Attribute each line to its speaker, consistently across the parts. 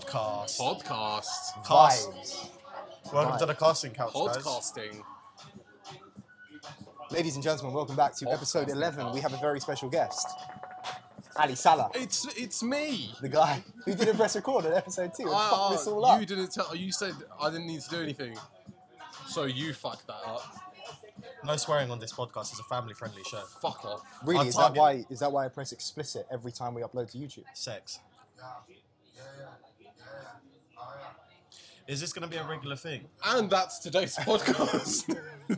Speaker 1: Podcast.
Speaker 2: Podcast.
Speaker 1: Cast.
Speaker 3: Vibes.
Speaker 1: Welcome to
Speaker 3: Vibes.
Speaker 1: the casting couch, guys.
Speaker 2: Podcasting.
Speaker 3: Ladies and gentlemen, welcome back to episode 11. We have a very special guest, Ali Salah,
Speaker 2: It's it's me.
Speaker 3: the guy who didn't press record at episode 2 and
Speaker 2: Ah,
Speaker 3: fucked this all up.
Speaker 2: You didn't tell. You said I didn't need to do anything. So you fucked that up.
Speaker 1: No swearing on this podcast. It's a family-friendly show.
Speaker 2: Fuck off.
Speaker 3: Really,
Speaker 1: I'll
Speaker 3: is that,
Speaker 1: target-
Speaker 3: why, is that why I press explicit every time we upload to YouTube?
Speaker 1: Sex. Is this going to be a regular thing?
Speaker 2: And that's today's podcast.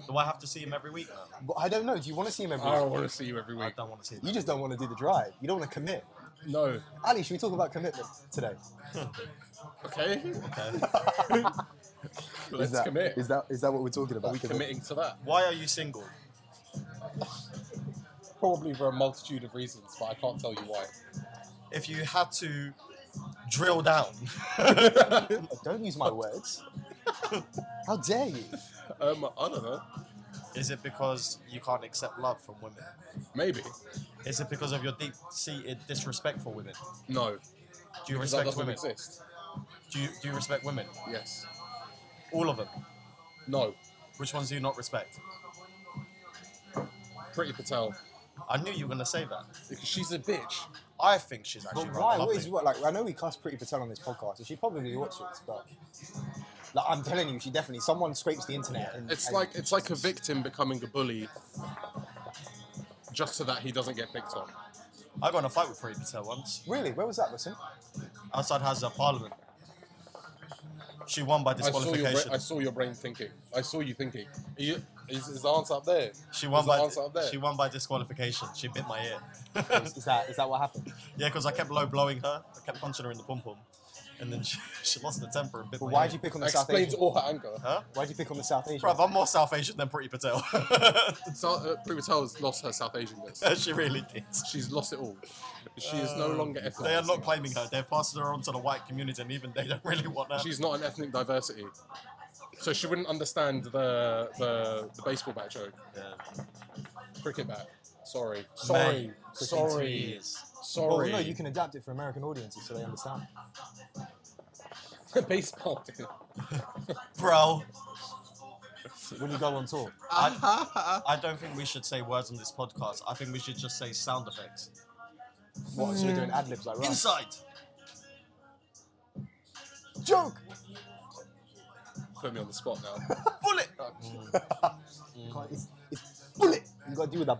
Speaker 1: Do I have to see him every week? now?
Speaker 3: But I don't know. Do you want to see him every
Speaker 2: I don't
Speaker 3: week?
Speaker 2: want to see you every
Speaker 1: I
Speaker 2: week.
Speaker 1: don't want to see
Speaker 3: You
Speaker 1: him.
Speaker 3: just don't want to do the drive. You don't want to commit.
Speaker 2: No.
Speaker 3: Ali, should we talk about commitment today?
Speaker 2: Okay.
Speaker 1: Okay.
Speaker 2: Let's
Speaker 3: that,
Speaker 2: commit.
Speaker 3: Is that, is that what we're talking about?
Speaker 2: Are we
Speaker 3: Commitment.
Speaker 2: committing to that?
Speaker 1: Why are you single?
Speaker 2: Probably for a multitude of reasons, but I can't tell you why.
Speaker 1: If you had to drill down,
Speaker 3: Don't use my words. How dare you?
Speaker 2: Um, I don't know.
Speaker 1: is it because you can't accept love from women?
Speaker 2: Maybe.
Speaker 1: Is it because of your deep-seated disrespect for women?
Speaker 2: No.
Speaker 1: Do you
Speaker 2: Because
Speaker 1: respect
Speaker 2: that doesn't
Speaker 1: women?
Speaker 2: exist.
Speaker 1: Do you, do you respect women?
Speaker 2: Yes.
Speaker 1: All of them.
Speaker 2: No.
Speaker 1: Which ones do you not respect?
Speaker 2: Pretty Patel.
Speaker 1: I knew you were going to say that.
Speaker 2: Because she's a bitch.
Speaker 1: I think she's actually
Speaker 3: But
Speaker 1: rather
Speaker 3: why? What
Speaker 1: lovely.
Speaker 3: is what? Like I know we cuss Pretty Patel on this podcast, and she probably watches, but like I'm telling you, she definitely someone scrapes the internet. And,
Speaker 2: It's
Speaker 3: and-
Speaker 2: like it's like a victim becoming a bully, just so that he doesn't get picked on.
Speaker 1: I got in a fight with Pretty Patel once
Speaker 3: really, where was that, listen?
Speaker 1: outside House of Parliament. She won by
Speaker 2: I saw your
Speaker 1: disqualification.
Speaker 2: bra- I saw your brain thinking. I saw you thinking. Are you, is, is the answer up there?
Speaker 1: she won
Speaker 2: is the
Speaker 1: by
Speaker 2: answer up there?
Speaker 1: she won by disqualification. She bit my ear.
Speaker 3: Is, is that is that what happened?
Speaker 1: yeah, because I kept low blowing her. I kept punching her in the pom pom, and then she, she lost her temper and bit
Speaker 3: But
Speaker 1: my
Speaker 3: why'd
Speaker 1: ear.
Speaker 3: you pick on the South
Speaker 2: Explains
Speaker 3: Asian?
Speaker 2: all her anger.
Speaker 1: Huh?
Speaker 3: Why'd you pick on the South Asian?
Speaker 1: Bruv, I'm more South Asian than Pretty Patel.
Speaker 2: So, uh, Prima Tell's lost her South Asianness.
Speaker 1: she really did.
Speaker 2: She's lost it all. She is no longer ethnic.
Speaker 1: Um, They are not claiming her. They're passing her on to the white community, and even they don't really want her.
Speaker 2: She's not an ethnic diversity. So she wouldn't understand the the, the baseball bat joke.
Speaker 1: Yeah.
Speaker 2: Cricket bat. Sorry.
Speaker 1: Mate,
Speaker 2: Sorry.
Speaker 1: freaking
Speaker 2: Sorry.
Speaker 1: tears.
Speaker 3: well,
Speaker 2: Sorry.
Speaker 3: no, you can adapt it for American audiences so they understand.
Speaker 2: baseball. dude.
Speaker 1: Bro,
Speaker 3: When you go on tour,
Speaker 1: I, I don't think we should say words on this podcast. I think we should just say sound effects.
Speaker 3: what? So you're doing ad libs like right?
Speaker 1: Inside.
Speaker 3: Joke.
Speaker 2: Put me on the spot now.
Speaker 1: Bullet.
Speaker 3: You can't- It's, it's bullet. You gotta do with that.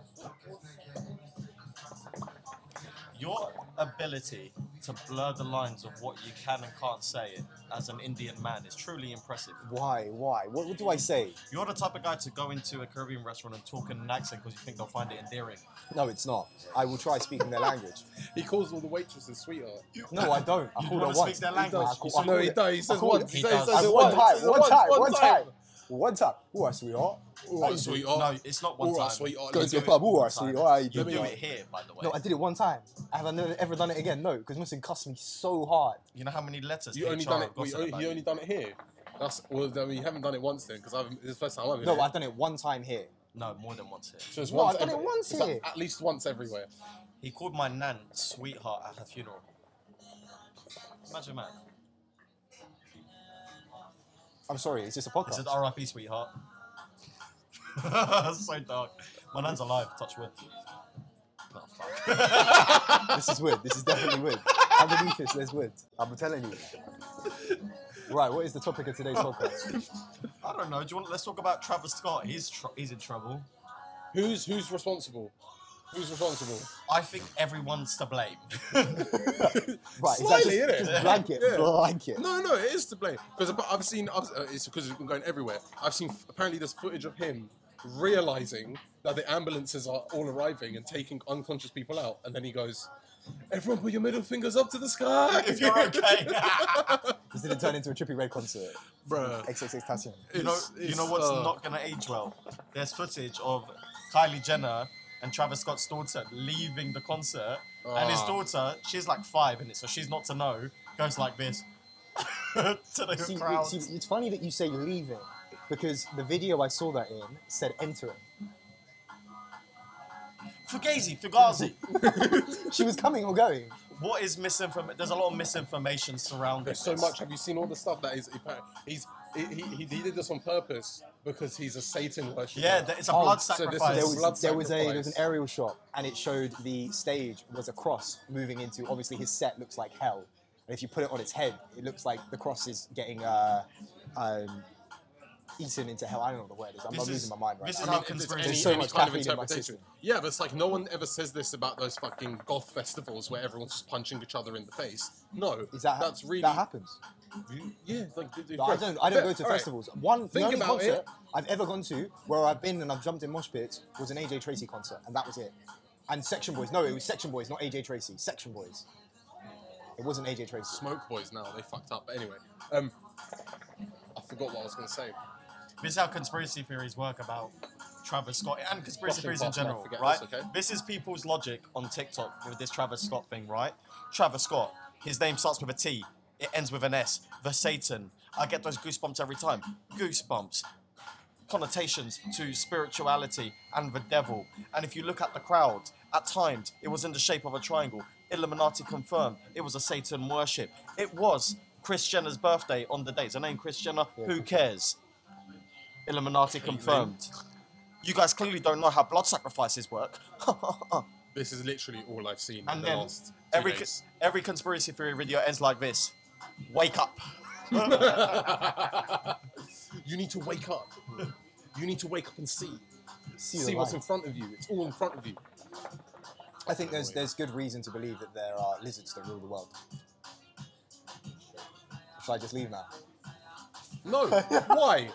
Speaker 1: Your ability to blur the lines of what you can and can't say as an Indian man is truly impressive.
Speaker 3: Why? Why? What, what do I say?
Speaker 1: You're the type of guy to go into a Caribbean restaurant and talk in an accent because you think they'll find it endearing.
Speaker 3: No, it's not. I will try speaking their language.
Speaker 2: He calls all the waitresses sweetheart.
Speaker 3: No, I don't. I
Speaker 1: You
Speaker 3: called
Speaker 1: wanna
Speaker 3: her
Speaker 1: speak
Speaker 3: once.
Speaker 1: their
Speaker 3: He
Speaker 1: language. You
Speaker 3: does. I
Speaker 1: said-
Speaker 3: called
Speaker 2: No, he
Speaker 3: it.
Speaker 2: does. He
Speaker 3: I
Speaker 2: says
Speaker 3: called
Speaker 2: once.
Speaker 3: it.
Speaker 2: He
Speaker 1: He
Speaker 2: says,
Speaker 1: does.
Speaker 2: he
Speaker 1: I-
Speaker 2: says it
Speaker 3: one
Speaker 2: once.
Speaker 3: time,
Speaker 2: He says it
Speaker 3: one time,
Speaker 2: once,
Speaker 3: one time, one time. Ooh, I sweetheart. How you
Speaker 2: Alright,
Speaker 3: doing?
Speaker 2: Oh, sweetheart.
Speaker 1: No, it's not one
Speaker 2: All right,
Speaker 1: time.
Speaker 2: sweetheart.
Speaker 3: Go
Speaker 2: let's
Speaker 3: to a
Speaker 2: do
Speaker 3: pub.
Speaker 2: it.
Speaker 3: Ooh, I
Speaker 1: Time.
Speaker 3: sweetheart. How you
Speaker 1: You
Speaker 2: Let me
Speaker 3: doing?
Speaker 1: do
Speaker 2: know.
Speaker 1: it here, by the way.
Speaker 3: No, I did it one time. I have never ever done it again. No, because Muslim cussed me so hard.
Speaker 1: You know how many letters
Speaker 2: You
Speaker 1: HR
Speaker 2: only done it.
Speaker 1: have
Speaker 2: well, You
Speaker 1: gotten
Speaker 2: only,
Speaker 1: about
Speaker 2: you
Speaker 1: you?
Speaker 2: only done it here. That's well. Then you haven't done it once then, because it's the first time I've been
Speaker 3: No,
Speaker 2: here.
Speaker 3: I've done it one time here.
Speaker 1: No, more than once here.
Speaker 2: So it's
Speaker 3: No,
Speaker 2: once
Speaker 3: I've done it
Speaker 2: every-
Speaker 3: once
Speaker 2: it's at-
Speaker 3: here.
Speaker 2: At least once everywhere.
Speaker 1: He called my nan sweetheart at her funeral. Imagine that.
Speaker 3: I'm sorry. Is this a
Speaker 1: He said,
Speaker 3: podcast?
Speaker 1: RIP, sweetheart. That's so dark. My nan's alive, touch wood. Oh, fuck.
Speaker 3: this is weird. This is definitely weird. Underneath this, there's weird. I'm telling you. Right, what is the topic of today's podcast?
Speaker 1: I don't know. Do you want? Let's talk about Travis Scott. He's tr- he's in trouble.
Speaker 2: Who's who's responsible? Who's responsible?
Speaker 1: I think everyone's to blame.
Speaker 3: Right,
Speaker 2: Slightly,
Speaker 3: is that
Speaker 2: innit?
Speaker 3: just, just blanket,
Speaker 2: Yeah.
Speaker 3: blanket.
Speaker 2: No, no, it is to blame because I've seen. I've, uh, it's because it's been going everywhere. I've seen apparently there's footage of him realizing that the ambulances are all arriving and taking unconscious people out, and then he goes, "Everyone, put your middle fingers up to the sky."
Speaker 1: if you're okay.
Speaker 3: This didn't turn into a trippy red concert.
Speaker 2: Bruh.
Speaker 3: XXX Tassion.
Speaker 1: you know.
Speaker 2: It's-
Speaker 1: You
Speaker 2: it's,
Speaker 1: know what's
Speaker 2: uh,
Speaker 1: not gonna age well? There's footage of Kylie Jenner and Travis Scott's daughter leaving the concert, and his
Speaker 2: Ah.
Speaker 1: daughter, she's like five in it, so she's not to know. Goes like this to the
Speaker 3: See,
Speaker 1: crowd.
Speaker 3: see, it's funny that you say leaving because the video I saw that in said entering.
Speaker 1: Fugazi, Fugazi.
Speaker 3: She was coming or going.
Speaker 1: what is misinformation? There's a lot of misinformation surrounding
Speaker 2: There's so
Speaker 1: this.
Speaker 2: much. Have you seen all the stuff that is? He's he, he, he did this on purpose because he's a Satan worshiper.
Speaker 1: Yeah, th- it's a
Speaker 3: Oh,
Speaker 1: blood
Speaker 3: so
Speaker 2: this is-
Speaker 1: sacrifice.
Speaker 3: there
Speaker 2: blood
Speaker 3: was, there was a there was an
Speaker 2: sacrifice.
Speaker 3: aerial shot and it showed the stage was a cross moving into obviously his set looks like hell and if you put it on its head it looks like the cross is getting uh, um, eaten into hell I don't know what the word is I'm,
Speaker 1: This
Speaker 3: I'm
Speaker 1: is-
Speaker 3: losing my mind right
Speaker 1: this
Speaker 3: now
Speaker 1: is
Speaker 2: I
Speaker 1: how
Speaker 2: mean, there's
Speaker 1: conspiracy-
Speaker 2: any,
Speaker 3: There's so
Speaker 2: any
Speaker 3: much
Speaker 2: kind of
Speaker 3: caffeine in my
Speaker 2: interpretation.
Speaker 3: system.
Speaker 2: Yeah, but it's like no one ever says this about those fucking goth festivals where everyone's just punching each other in the face. No,
Speaker 3: is that
Speaker 2: that's really
Speaker 3: that happens
Speaker 2: yeah. Like, dude,
Speaker 3: Like, I
Speaker 2: bro,
Speaker 3: don't I don't
Speaker 2: fair-
Speaker 3: go to
Speaker 2: all right.
Speaker 3: festivals one the
Speaker 2: Think
Speaker 3: only
Speaker 2: about
Speaker 3: concert
Speaker 2: it.
Speaker 3: I've ever gone to where I've been and I've jumped in mosh pits was an AJ Tracy concert and that was it and Section Boys no it was Section Boys not AJ Tracy Section Boys it wasn't AJ Tracy
Speaker 2: Smoke boys now they fucked up. But anyway, um, I forgot what I was gonna say.
Speaker 1: This is how conspiracy theories work about Travis Scott and conspiracy
Speaker 2: Fucking
Speaker 1: theories in
Speaker 2: bastard,
Speaker 1: general,
Speaker 2: forget
Speaker 1: right?
Speaker 2: this, okay?
Speaker 1: is people's logic on TikTok with this Travis Scott thing, right? Travis Scott, his name starts with a T, it ends with an S. The Satan. I get those goosebumps every time. Goosebumps. Connotations to spirituality and the devil. And if you look at the crowd, at times it was in the shape of a triangle. Illuminati confirmed it was a Satan worship. It was Chris Jenner's birthday on the day. Is her name Chris Jenner? Who cares? Illuminati confirmed. You guys clearly don't know how blood sacrifices work.
Speaker 2: This is literally all I've seen in
Speaker 1: and
Speaker 2: the
Speaker 1: then
Speaker 2: last two
Speaker 1: every
Speaker 2: days.
Speaker 1: every conspiracy theory video ends like this: Wake up!
Speaker 2: you need to wake up. You need to wake up and see. See,
Speaker 3: the
Speaker 2: what's
Speaker 3: light.
Speaker 2: in front of you. It's all in front of you.
Speaker 3: I think there's there's good reason to believe that there are lizards that rule the world. Should I just leave now?
Speaker 2: No, why?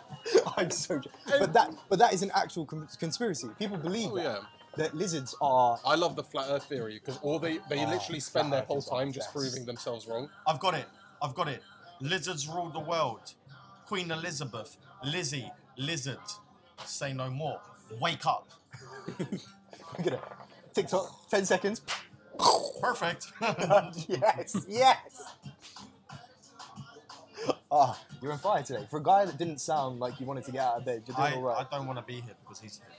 Speaker 3: I'm so. j- But that but that is an actual con- conspiracy. People believe
Speaker 2: Oh,
Speaker 3: that,
Speaker 2: yeah.
Speaker 3: that lizards are.
Speaker 2: I love the flat Earth theory because all they they
Speaker 3: Oh,
Speaker 2: literally
Speaker 3: flat
Speaker 2: spend their
Speaker 3: Earth
Speaker 2: whole
Speaker 3: is our
Speaker 2: time just
Speaker 3: best.
Speaker 2: proving themselves wrong.
Speaker 1: I've got it. I've got it. Lizards rule the world. Queen Elizabeth, Lizzie, lizard. Say no more. Wake up.
Speaker 3: I'm gonna TikTok ten seconds.
Speaker 1: Perfect.
Speaker 3: yes, yes. Ah, you're on fire today. For a guy that didn't sound like you wanted to get out of bed, you're
Speaker 1: I,
Speaker 3: doing all right.
Speaker 1: I don't want to be here because he's here.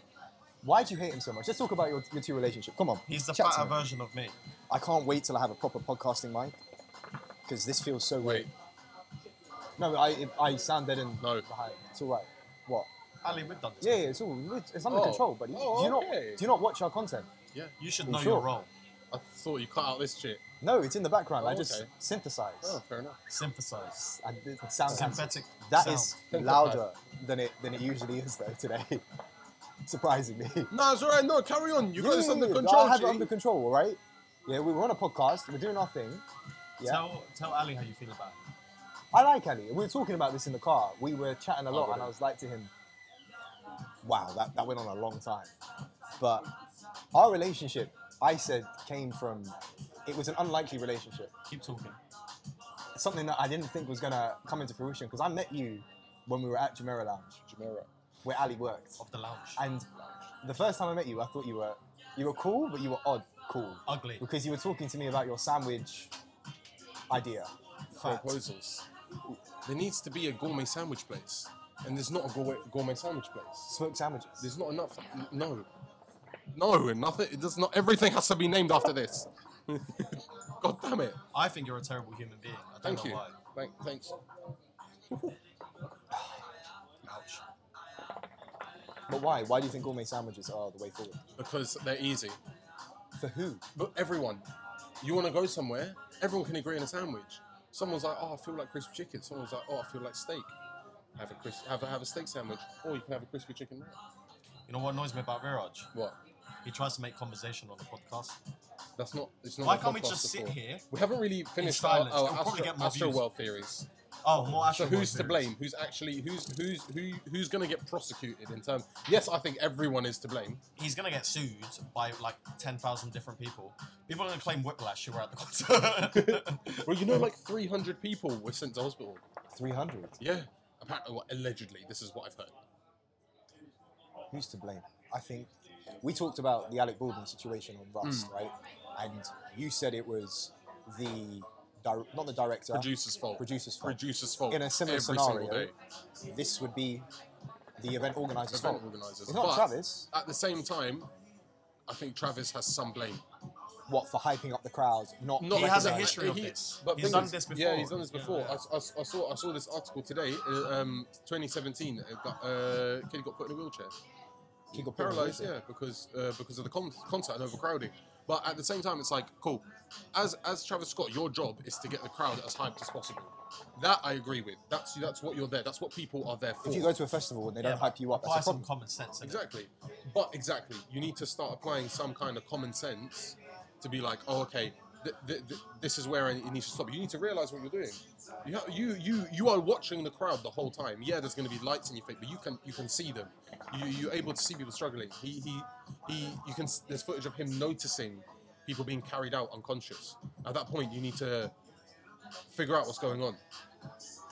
Speaker 3: Why do you hate him so much? Let's talk about your, your two relationship. Come on.
Speaker 1: He's the
Speaker 3: chat to
Speaker 1: fatter
Speaker 3: me.
Speaker 1: version of me.
Speaker 3: I can't wait till I have a proper podcasting mic because this feels so weird.
Speaker 2: Wait,
Speaker 3: No, I I sound dead and
Speaker 2: No.
Speaker 3: behind. It's all right. What?
Speaker 1: Ali, we've done this.
Speaker 3: Yeah, yeah it's all it's, it's under
Speaker 2: Oh.
Speaker 3: control, buddy.
Speaker 2: Oh,
Speaker 3: do you not
Speaker 2: okay.
Speaker 3: do you not watch our content?
Speaker 2: yeah,
Speaker 1: You should
Speaker 3: Well,
Speaker 1: know
Speaker 3: sure.
Speaker 1: your role.
Speaker 2: I thought you cut out this shit.
Speaker 3: No, it's in the background.
Speaker 2: Oh,
Speaker 3: I just
Speaker 2: okay.
Speaker 3: synthesize.
Speaker 2: Oh, fair enough.
Speaker 1: Synthesize.
Speaker 3: I, it sounds
Speaker 1: Synthetic.
Speaker 3: That
Speaker 1: sound.
Speaker 3: is
Speaker 2: Synthesize.
Speaker 3: louder than it than it usually is though today. Surprisingly.
Speaker 2: No, it's alright. No, carry on. You got this
Speaker 3: Yeah,
Speaker 2: under
Speaker 3: yeah, yeah.
Speaker 2: control.
Speaker 3: I have it
Speaker 2: G.
Speaker 3: under control, all right? Yeah, we were on a podcast. We're doing our thing. Yeah,
Speaker 1: Tell, tell Ali how you feel about him.
Speaker 3: I like Ali. We were talking about this in the car. We were chatting a lot, and
Speaker 2: wouldn't.
Speaker 3: I was like to him, "Wow, that, that went on a long time." But our relationship, I said, came from it was an unlikely relationship.
Speaker 1: Keep talking.
Speaker 3: Something that I didn't think was gonna come into fruition because I met you when we were at Jumeirah Lounge,
Speaker 2: Jumeirah.
Speaker 3: where Ali worked.
Speaker 1: Of the lounge.
Speaker 3: And the first time I met you, I thought you were you were cool, but you were odd cool
Speaker 1: Ugly.
Speaker 3: because you were talking to me about your sandwich idea.
Speaker 1: Fat.
Speaker 2: proposals. There needs to be a gourmet sandwich place, and there's not a gourmet, gourmet sandwich place.
Speaker 3: Smoked sandwiches.
Speaker 2: There's not enough. n- No, no, and nothing. It does not. Everything has to be named after this. God damn it!
Speaker 1: I think you're a terrible human being. I don't
Speaker 2: Thank
Speaker 1: know
Speaker 2: you.
Speaker 1: why.
Speaker 2: Thank, thanks.
Speaker 1: Ouch.
Speaker 3: But why? Why do you think gourmet sandwiches are the way forward?
Speaker 2: Because they're easy.
Speaker 3: For who?
Speaker 2: But everyone, you want to go somewhere? Everyone can agree on a sandwich. Someone's like, oh, I feel like crispy chicken. Someone's like, oh, I feel like steak. Have a crisp, have a, have a steak sandwich, or you can have a crispy chicken wrap.
Speaker 1: You know what annoys me about Viraj?
Speaker 2: What?
Speaker 1: He tries to make conversation on the podcast.
Speaker 2: That's not. It's not.
Speaker 1: Why
Speaker 2: a
Speaker 1: can't we
Speaker 2: podcast
Speaker 1: just sit
Speaker 2: before.
Speaker 1: here?
Speaker 2: We haven't really finished our,
Speaker 1: silence.
Speaker 2: our
Speaker 1: It'll probably
Speaker 2: Astro,
Speaker 1: get more
Speaker 2: Astro
Speaker 1: views.
Speaker 2: World theories.
Speaker 1: Oh, more
Speaker 2: So
Speaker 1: actual
Speaker 2: who's to
Speaker 1: theories.
Speaker 2: blame? Who's actually who's who's who who's going to get prosecuted in terms? Yes, I think everyone is to blame.
Speaker 1: He's gonna get sued by like ten thousand different people. People are gonna claim whiplash who were at the concert.
Speaker 2: Well, you know, like 300 people were sent to hospital.
Speaker 3: 300.
Speaker 2: Yeah, apparently, well, allegedly, this is what I've heard.
Speaker 3: Who's to blame? I think we talked about the Alec Baldwin situation on Rust, right? And you said it was the dir- not the director.
Speaker 2: Producers' fault.
Speaker 3: Producer's fault.
Speaker 2: Producers' fault.
Speaker 3: In a similar
Speaker 2: every
Speaker 3: scenario,
Speaker 2: single day.
Speaker 3: this would be the event organizer's
Speaker 2: Event
Speaker 3: fault.
Speaker 2: organisers.
Speaker 3: It's not
Speaker 2: But
Speaker 3: Travis.
Speaker 2: At the same time, I think Travis has some blame.
Speaker 3: what for hyping up the crowds, not
Speaker 2: Not
Speaker 1: He has a
Speaker 2: recognized.
Speaker 1: history of
Speaker 2: He-
Speaker 1: this.
Speaker 2: but
Speaker 1: He's
Speaker 2: thing
Speaker 1: done
Speaker 2: is-
Speaker 1: this
Speaker 2: Yeah,
Speaker 1: before.
Speaker 2: he's done this before. I s- I, s- I saw I saw this article today, uh, um, 2017. It got, uh, kid got put in a wheelchair,
Speaker 3: He got
Speaker 2: paralyzed.
Speaker 3: pulled.
Speaker 2: Yeah, because uh, because of the con- concert and overcrowding. But at the same time, it's like cool. As as Travis Scott, your job is to get the crowd as hyped as possible. That I agree with. That's that's what you're there. That's what people are there for.
Speaker 3: If you go to a festival and they don't hype you up,
Speaker 1: Apply
Speaker 3: that's a
Speaker 1: some
Speaker 3: problem.
Speaker 1: common sense. innit?
Speaker 2: Exactly. But exactly, you need to start applying some kind of common sense to be like, oh, okay, th- th- th- this is where it needs to stop. You need to realize what you're doing. You, ha- you, you, you are watching the crowd the whole time. Yeah, there's going to be lights in your face, but you can, you can see them. You, you're able to see people struggling. He, he, he, you can. s- There's footage of him noticing people being carried out unconscious. At that point, you need to figure out what's going on.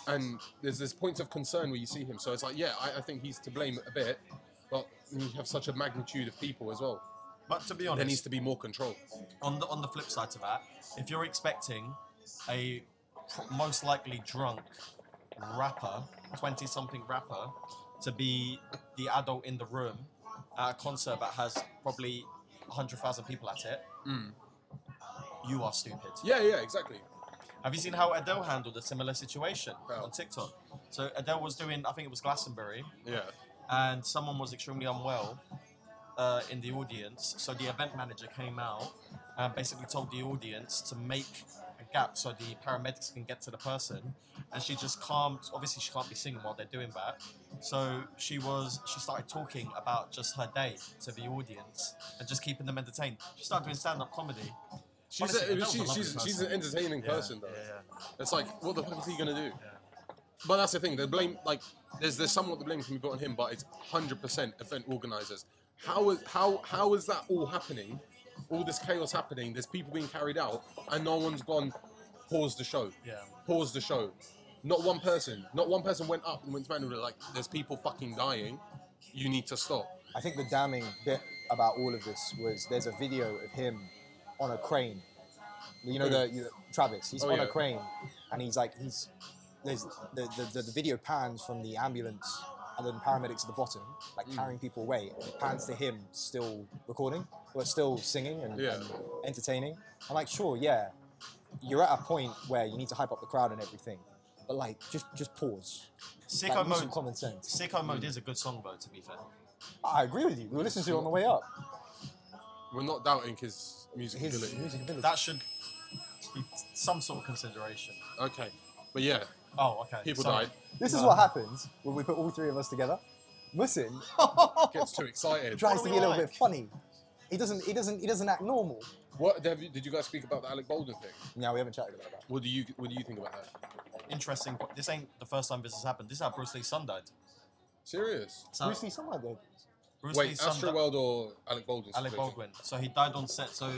Speaker 2: And there's this point of concern where you see him. So it's like, yeah, I, I think he's to blame a bit, but when you have such a magnitude of people as well.
Speaker 1: But to be
Speaker 2: There
Speaker 1: honest,
Speaker 2: needs to be more control.
Speaker 1: on the on the flip side to that, if you're expecting a pr- most likely drunk rapper, twenty something rapper, to be the adult in the room at a concert that has probably hundred thousand people at it,
Speaker 2: Mm.
Speaker 1: you are stupid.
Speaker 2: Yeah, yeah, exactly.
Speaker 1: Have you seen how Adele handled a similar situation
Speaker 2: How?
Speaker 1: on TikTok? So Adele was doing, I think it was Glastonbury,
Speaker 2: Yeah.
Speaker 1: and someone was extremely unwell uh, in the audience. So the event manager came out and basically told the audience to make a gap so the paramedics can get to the person. And she just calmed. Obviously, she can't be singing while they're doing that. So she was. She started talking about just her day to the audience and just keeping them entertained. She started doing stand-up comedy.
Speaker 2: She's,
Speaker 1: Honestly,
Speaker 2: a-
Speaker 1: Adele's a
Speaker 2: she's,
Speaker 1: lovely
Speaker 2: she's, she's an
Speaker 1: person.
Speaker 2: entertaining
Speaker 1: Yeah,
Speaker 2: person, though.
Speaker 1: yeah,
Speaker 2: It's like, what the fuck is he going to do?
Speaker 1: yeah.
Speaker 2: But that's the thing. The blame, like, there's there's somewhat the blame can be put on him, but it's hundred percent event organisers. How is how how is that all happening? All this chaos happening. There's people being carried out, and no one's gone. Pause the show.
Speaker 1: Yeah.
Speaker 2: Pause the show. Not one person. Not one person went up and went to man and was like, "There's people fucking dying. You need to stop."
Speaker 3: I think the damning bit about all of this was there's a video of him on a crane. You know
Speaker 2: Who?
Speaker 3: the you, Travis. He's
Speaker 2: Oh,
Speaker 3: on
Speaker 2: yeah.
Speaker 3: a crane, and he's like he's there's the the, the the video pans from the ambulance and then the paramedics at the bottom, like carrying people away. And it pans to him still recording, but still singing and,
Speaker 2: Yeah.
Speaker 3: and entertaining. I'm like, sure, yeah, you're at a point where you need to hype up the crowd and everything, but like just just pause.
Speaker 1: Sicko
Speaker 3: Like, use some
Speaker 1: mode.
Speaker 3: common sense.
Speaker 1: Sicko mode is a good song though. To be fair.
Speaker 3: I agree with you. We were listening to it on the way up.
Speaker 2: We're not doubting his music
Speaker 3: His
Speaker 2: ability.
Speaker 3: music ability.
Speaker 1: that should be some sort of consideration.
Speaker 2: Okay, but yeah,
Speaker 1: Oh, okay.
Speaker 2: people
Speaker 1: sorry.
Speaker 2: died.
Speaker 3: This is what happens when we put all three of us together. Musin
Speaker 2: Gets too excited.
Speaker 3: tries
Speaker 1: What
Speaker 3: to
Speaker 1: do
Speaker 3: be
Speaker 1: we
Speaker 3: a little bit
Speaker 1: like?
Speaker 3: funny. He doesn't. He doesn't. He doesn't act normal.
Speaker 2: What have you, did you guys speak about the Alec Baldwin thing?
Speaker 3: No, we haven't chatted about that.
Speaker 2: What do you what do you think about that?
Speaker 1: Interesting. but This ain't the first time this has happened. This is how Bruce Lee's son died.
Speaker 2: Serious?
Speaker 1: So
Speaker 3: Bruce Lee somewhere though.
Speaker 1: Bruce
Speaker 2: Wait,
Speaker 1: Lee's son
Speaker 2: Astro
Speaker 1: di-
Speaker 2: World or Alec Baldwin?
Speaker 1: Alec
Speaker 2: situation?
Speaker 1: Baldwin. So he died on set. So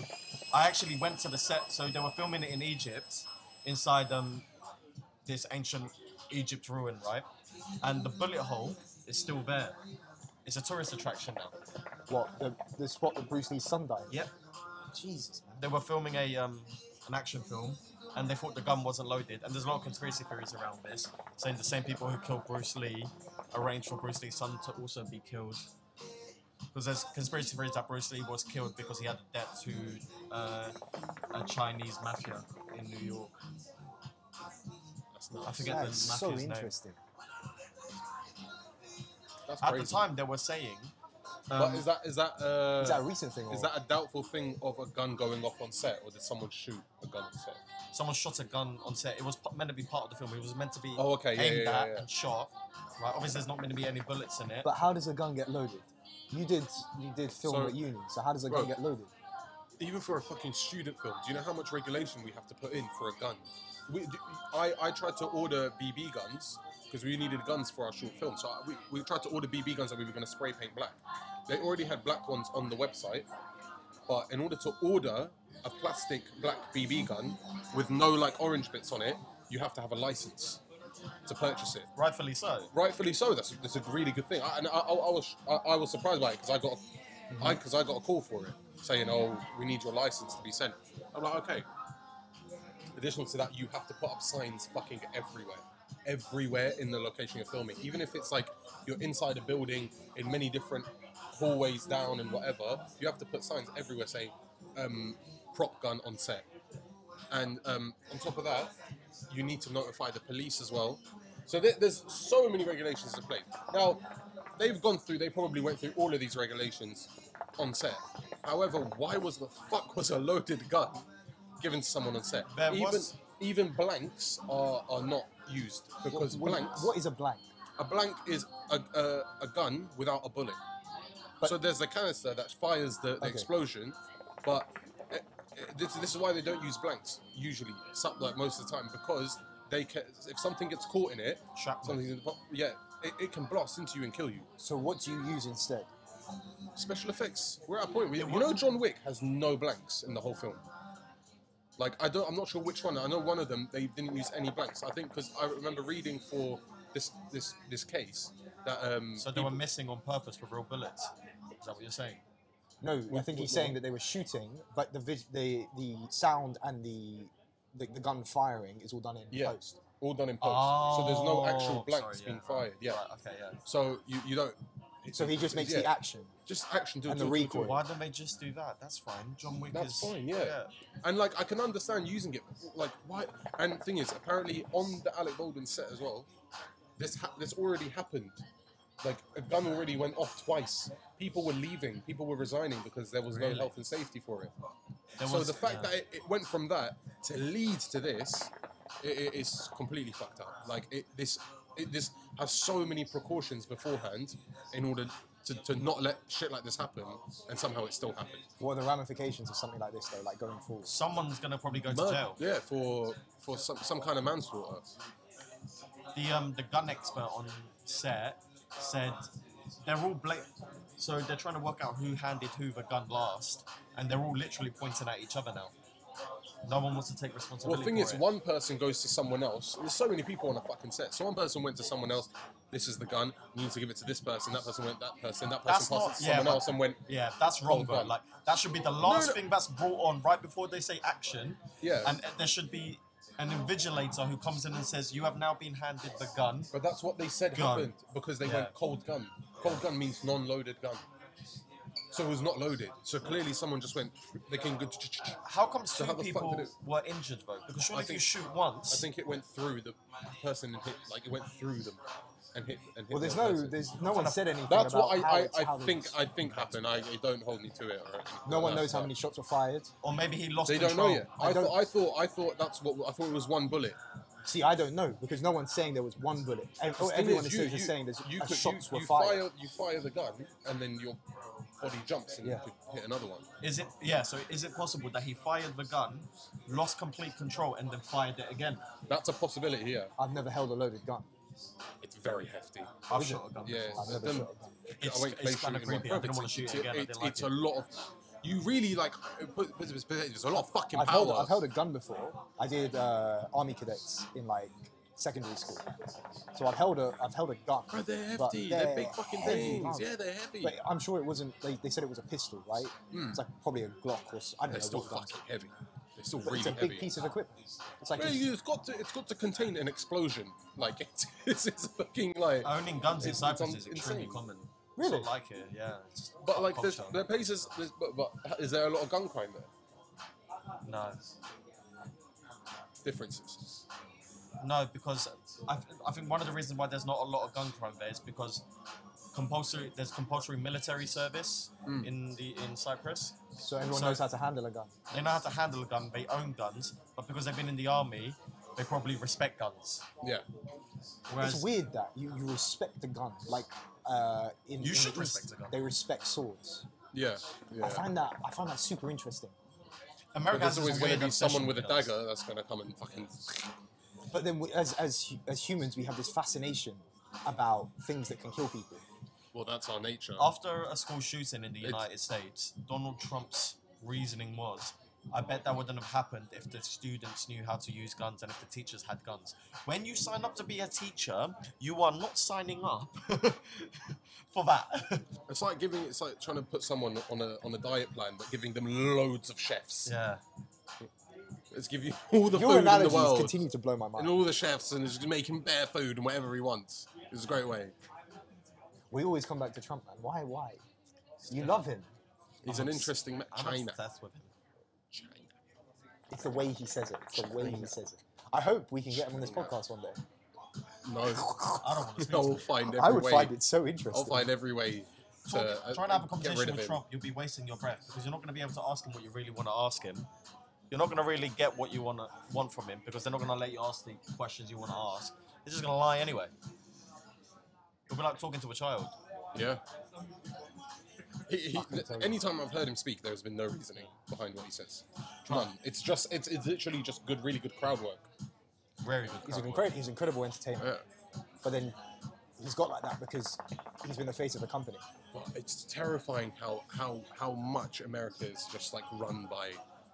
Speaker 1: I actually went to the set. So they were filming it in Egypt, inside um this ancient Egypt ruin, right? And the bullet hole is still there. It's a tourist attraction now.
Speaker 3: What the, the spot that Bruce Lee's son died?
Speaker 1: Yep.
Speaker 3: Jesus man.
Speaker 1: They were filming a um an action film. And they thought the gun wasn't loaded. And there's a lot of conspiracy theories around this, saying the same people who killed Bruce Lee arranged for Bruce Lee's son to also be killed. Because there's conspiracy theories that Bruce Lee was killed because he had a debt to uh, a Chinese mafia in New York.
Speaker 2: That's nuts.
Speaker 1: I forget the
Speaker 3: That's so
Speaker 1: mafia's name.
Speaker 3: interesting.
Speaker 2: That's
Speaker 1: At the
Speaker 2: crazy.
Speaker 1: time, they were saying.
Speaker 2: but
Speaker 1: um,
Speaker 2: is that is that uh,
Speaker 3: Is that a recent thing? Or
Speaker 2: is that a doubtful thing of a gun going off on set, or did someone shoot a gun on set?
Speaker 1: someone shot a gun on set. It was p- meant to be part of the film. It was meant to be
Speaker 2: Oh, okay, yeah,
Speaker 1: aimed
Speaker 2: yeah, yeah,
Speaker 1: at
Speaker 2: yeah.
Speaker 1: and shot. Right. Obviously, there's not going to be any bullets in it.
Speaker 3: But how does a gun get loaded? You did. You did film
Speaker 2: So-
Speaker 3: at uni. So how does a
Speaker 2: Bro.
Speaker 3: gun get loaded?
Speaker 2: Even for a fucking student film, do you know how much regulation we have to put in for a gun? We, d- I, I tried to order BB guns because we needed guns for our short film. So I- we, we tried to order BB guns that we were going to spray paint black. They already had black ones on the website, but in order to order a plastic black BB gun with no like orange bits on it, you have to have a license to purchase it.
Speaker 1: Rightfully so.
Speaker 2: rightfully so. That's that's a really good thing. I, and I, I, I was I, I was surprised by it because I got a- I because I got a call for it saying, "Oh, we need your license to be sent." I'm like, okay. Additional to that, you have to put up signs fucking everywhere, everywhere in the location you're filming. Even if it's like you're inside a building in many different hallways down and whatever, you have to put signs everywhere saying, um, prop gun on set. And um, on top of that, you need to notify the police as well. So there, there's so many regulations in place. Now, they've gone through, they probably went through all of these regulations on set. However, why was the fuck was a loaded gun given to someone on set?
Speaker 1: There
Speaker 2: even,
Speaker 1: was-
Speaker 2: even blanks are, are not used because
Speaker 3: What-
Speaker 2: blanks.
Speaker 3: What is a blank?
Speaker 2: A blank is a, a, a gun without a bullet.
Speaker 3: But-
Speaker 2: so there's the canister that fires the, the
Speaker 3: Okay.
Speaker 2: explosion, but eh, eh, this, this is why they don't use blanks usually, some, like most of the time, because they can, if something gets caught in it,
Speaker 1: Shrapnel.
Speaker 2: something in the po- yeah, it, it can blast into you and kill you.
Speaker 3: So what do you use instead?
Speaker 2: Special effects. We're at a point where you know John Wick has no blanks in the whole film. Like I don't, I'm not sure which one. I know one of them they didn't use any blanks. I think because I remember reading for this this this case that um
Speaker 1: So they were missing on purpose with real bullets. Is that what you're saying?
Speaker 3: No, I
Speaker 2: What-
Speaker 3: think
Speaker 2: what-
Speaker 3: he's saying
Speaker 2: what?
Speaker 3: that they were shooting, but the vis- the the sound and the the, the gun firing is all done in
Speaker 2: Yeah.
Speaker 3: post.
Speaker 2: all done in post. so there's no actual
Speaker 1: Oh,
Speaker 2: blanks
Speaker 1: sorry,
Speaker 2: being
Speaker 1: yeah.
Speaker 2: fired. Yeah.
Speaker 1: Right, okay, yeah.
Speaker 2: So you, you don't.
Speaker 3: So he just makes the
Speaker 2: yeah,
Speaker 3: action.
Speaker 2: just action do,
Speaker 3: and
Speaker 2: do,
Speaker 3: the
Speaker 2: do, do.
Speaker 3: recoil.
Speaker 1: Why don't they just do that? That's fine. John Wick
Speaker 2: That's
Speaker 1: is.
Speaker 2: fine, yeah. And like I can understand using it. Like why? And thing is, apparently on the Alec Baldwin set as well, this ha- this already happened. Like a gun already went off twice. People were leaving. People were resigning because there was
Speaker 1: Really?
Speaker 2: no health and safety for it.
Speaker 1: There
Speaker 2: so
Speaker 1: was-
Speaker 2: the fact
Speaker 1: yeah.
Speaker 2: that it, it went from that to lead to this, it is completely fucked up. Like it, this, it, this has so many precautions beforehand in order to, to not let shit like this happen, and somehow it still happened.
Speaker 3: What are the ramifications of something like this though, like going forward?
Speaker 1: Someone's gonna probably go to
Speaker 2: Murder,
Speaker 1: jail.
Speaker 2: Yeah, for for some, some kind of manslaughter.
Speaker 1: the um the gun expert on set said they're all bla- so they're trying to work out who handed who the gun last and they're all literally pointing at each other now no one wants to take
Speaker 2: Well,
Speaker 1: responsibility
Speaker 2: the thing
Speaker 1: for
Speaker 2: is,
Speaker 1: it.
Speaker 2: one person goes to someone else. There's so many people on a fucking set. So one person went to someone else. This is the gun. You need to give it to this person. That person went. That person. That person
Speaker 1: That's
Speaker 2: passed
Speaker 1: not-
Speaker 2: it to
Speaker 1: yeah,
Speaker 2: someone
Speaker 1: but-
Speaker 2: else and went.
Speaker 1: yeah that's wrong
Speaker 2: Wrong
Speaker 1: bro
Speaker 2: gun.
Speaker 1: like that should be the last
Speaker 2: no.
Speaker 1: thing that's brought on right before they say action
Speaker 2: Yeah.
Speaker 1: and uh, there should be an invigilator who comes in and says you have now been handed the gun
Speaker 2: But that's what they said
Speaker 1: Gun.
Speaker 2: happened because they
Speaker 1: Yeah.
Speaker 2: went cold gun. Cold gun means non-loaded gun. So it was not loaded. So clearly someone just went. They can go. ch-ch-ch-ch.
Speaker 1: how come two
Speaker 2: So how the fuck
Speaker 1: people
Speaker 2: did it-
Speaker 1: were injured though because surely
Speaker 2: I
Speaker 1: if you
Speaker 2: think-
Speaker 1: shoot once
Speaker 2: I think it went through the person and hit. Like it went through them and hit and hit.
Speaker 3: Well, there's
Speaker 2: the other
Speaker 3: no,
Speaker 2: person.
Speaker 3: there's no one said anything.
Speaker 2: That's
Speaker 3: about
Speaker 2: what
Speaker 3: how
Speaker 2: I, I,
Speaker 3: it's- how
Speaker 2: I
Speaker 3: they-
Speaker 2: think I think happened. I, I don't hold me to it. Or anything
Speaker 3: No
Speaker 2: like
Speaker 3: one
Speaker 2: that,
Speaker 3: knows how
Speaker 2: but-
Speaker 3: many shots were fired.
Speaker 1: or maybe he lost
Speaker 2: They don't
Speaker 1: control
Speaker 2: know yet.
Speaker 3: I
Speaker 2: I,
Speaker 3: don't-
Speaker 2: thought I thought I thought that's what I thought it was one bullet.
Speaker 3: See, I don't know because no one's saying there was one bullet. Ev-
Speaker 2: The thing
Speaker 3: Everyone
Speaker 2: is,
Speaker 3: is,
Speaker 2: you-
Speaker 3: just
Speaker 2: you-
Speaker 3: saying there's
Speaker 2: you
Speaker 3: uh,
Speaker 2: could-
Speaker 3: shots
Speaker 2: you,
Speaker 3: were
Speaker 2: you
Speaker 3: fired.
Speaker 2: Fire, you fire the gun and then your body jumps and
Speaker 3: Yeah.
Speaker 2: you could hit another one.
Speaker 1: Is it yeah? So is it possible that he fired the gun, lost complete control, and then fired it again?
Speaker 2: That's a possibility. Yeah,
Speaker 3: I've never held a loaded gun.
Speaker 2: it's very hefty.
Speaker 1: I've
Speaker 3: Is it?
Speaker 1: shot a gun
Speaker 2: Yeah,
Speaker 1: before.
Speaker 3: I've never
Speaker 2: Them-
Speaker 3: shot a gun.
Speaker 1: It's-
Speaker 2: I went
Speaker 1: it's
Speaker 2: clay
Speaker 1: kinda
Speaker 2: shooting in
Speaker 1: creepy. I didn't
Speaker 2: Perth.
Speaker 1: wanna shoot it
Speaker 2: It's-
Speaker 1: again. I
Speaker 2: It's,
Speaker 1: didn't like
Speaker 2: it's
Speaker 1: it.
Speaker 2: a lot of. You really like. it put- put- put- There's a lot of fucking
Speaker 3: I've
Speaker 2: power.
Speaker 3: held, I've held a gun before. I did uh, army cadets in like secondary school, so I've held a I've held a gun.
Speaker 2: Bro, they're
Speaker 3: but
Speaker 2: hefty. They're,
Speaker 3: they're
Speaker 2: big fucking
Speaker 3: heavy,
Speaker 2: things.
Speaker 3: aren't
Speaker 2: Yeah, they're heavy.
Speaker 3: But I'm sure it wasn't. They, they said it was a pistol, right? It's like probably a Glock or s-
Speaker 2: Hmm.
Speaker 3: I don't
Speaker 2: They're
Speaker 3: know.
Speaker 2: still
Speaker 3: what guns.
Speaker 2: fucking heavy. They're still
Speaker 3: But
Speaker 2: really
Speaker 3: it's a
Speaker 2: heavy.
Speaker 3: big piece of equipment. It's like
Speaker 2: Well,
Speaker 3: if-
Speaker 2: you- it's got to it's got to contain an explosion. Like it's it's, it's fucking like.
Speaker 1: Owning guns in
Speaker 2: It's-
Speaker 1: Cyprus
Speaker 2: it's
Speaker 1: is extremely
Speaker 2: insane.
Speaker 1: common. It's
Speaker 3: Really?
Speaker 1: not like it, yeah. It's just
Speaker 2: But like there's,
Speaker 1: culture.
Speaker 2: there are places, there's, but, but is there a lot of gun crime there?
Speaker 1: no,
Speaker 2: Differences.
Speaker 1: no, because I, th- I think one of the reasons why there's not a lot of gun crime there is because compulsory there's compulsory military service in the in Cyprus.
Speaker 3: so everyone
Speaker 1: so-
Speaker 3: knows how to handle a gun.
Speaker 1: They know how to handle a gun. They own guns, but because they've been in the army, they probably respect guns.
Speaker 2: Yeah,
Speaker 1: Whereas
Speaker 3: it's weird that you, you respect a gun. Like uh, in
Speaker 1: You
Speaker 3: in
Speaker 1: should
Speaker 3: the East,
Speaker 1: respect a gun.
Speaker 3: They respect swords.
Speaker 2: yeah. yeah.
Speaker 3: I find that I find that super interesting.
Speaker 2: But
Speaker 1: America
Speaker 2: there's
Speaker 1: has
Speaker 2: always
Speaker 1: always
Speaker 2: going
Speaker 1: weird
Speaker 2: to be
Speaker 1: obsession
Speaker 2: someone with a
Speaker 1: guns.
Speaker 2: dagger that's going to come and fucking.
Speaker 3: But then, we, as as hu- as humans, we have this fascination about things that can kill people.
Speaker 2: Well, that's our nature.
Speaker 1: After a school shooting in the
Speaker 2: It's-
Speaker 1: United States, Donald Trump's reasoning was, I bet that wouldn't have happened if the students knew how to use guns and if the teachers had guns. When you sign up to be a teacher, you are not signing up for that.
Speaker 2: It's like giving. It's like trying to put someone on a on a diet plan, but giving them loads of chefs.
Speaker 1: yeah.
Speaker 2: Let's give you all the
Speaker 3: Your
Speaker 2: food in the
Speaker 3: analogies
Speaker 2: world.
Speaker 3: continue to blow my
Speaker 2: and
Speaker 3: mind.
Speaker 2: all the chefs, and just make him bare food and whatever he wants. It's a great way.
Speaker 3: We always come back to Trump, man. Why? Why? You love him.
Speaker 2: He's an interesting ma-
Speaker 1: I'm
Speaker 2: China.
Speaker 1: obsessed with him.
Speaker 2: China.
Speaker 3: It's the way he says it. It's the way he says it. I hope we can get him on this podcast one day.
Speaker 2: No,
Speaker 4: I don't want to speak
Speaker 2: I
Speaker 4: to
Speaker 2: will
Speaker 4: him.
Speaker 2: find every
Speaker 3: I would
Speaker 2: way.
Speaker 3: find it so
Speaker 2: I'll
Speaker 3: interesting.
Speaker 2: find every way to uh,
Speaker 1: Try and have a
Speaker 2: get
Speaker 1: conversation
Speaker 2: rid of
Speaker 1: with
Speaker 2: him.
Speaker 1: Trump. You'll be wasting your breath because you're not going to be able to ask him what you really want to ask him. You're not going to really get what you want to want from him because they're not going to let you ask the questions you want to ask. They're just going to lie anyway. It'll be like talking to a child.
Speaker 2: Yeah. He, he,
Speaker 3: Fucking terrible.
Speaker 2: anytime I've heard him speak, there's been no reasoning behind what he says. None. It's just it's, it's literally just good, really good crowd work.
Speaker 1: Very good.
Speaker 3: He's
Speaker 1: crowd
Speaker 3: an
Speaker 1: work.
Speaker 3: incredible, he's an incredible entertainer.
Speaker 2: Yeah.
Speaker 3: But then he's got like that because he's been the face of the company.
Speaker 2: But it's terrifying how how how much America is just like run by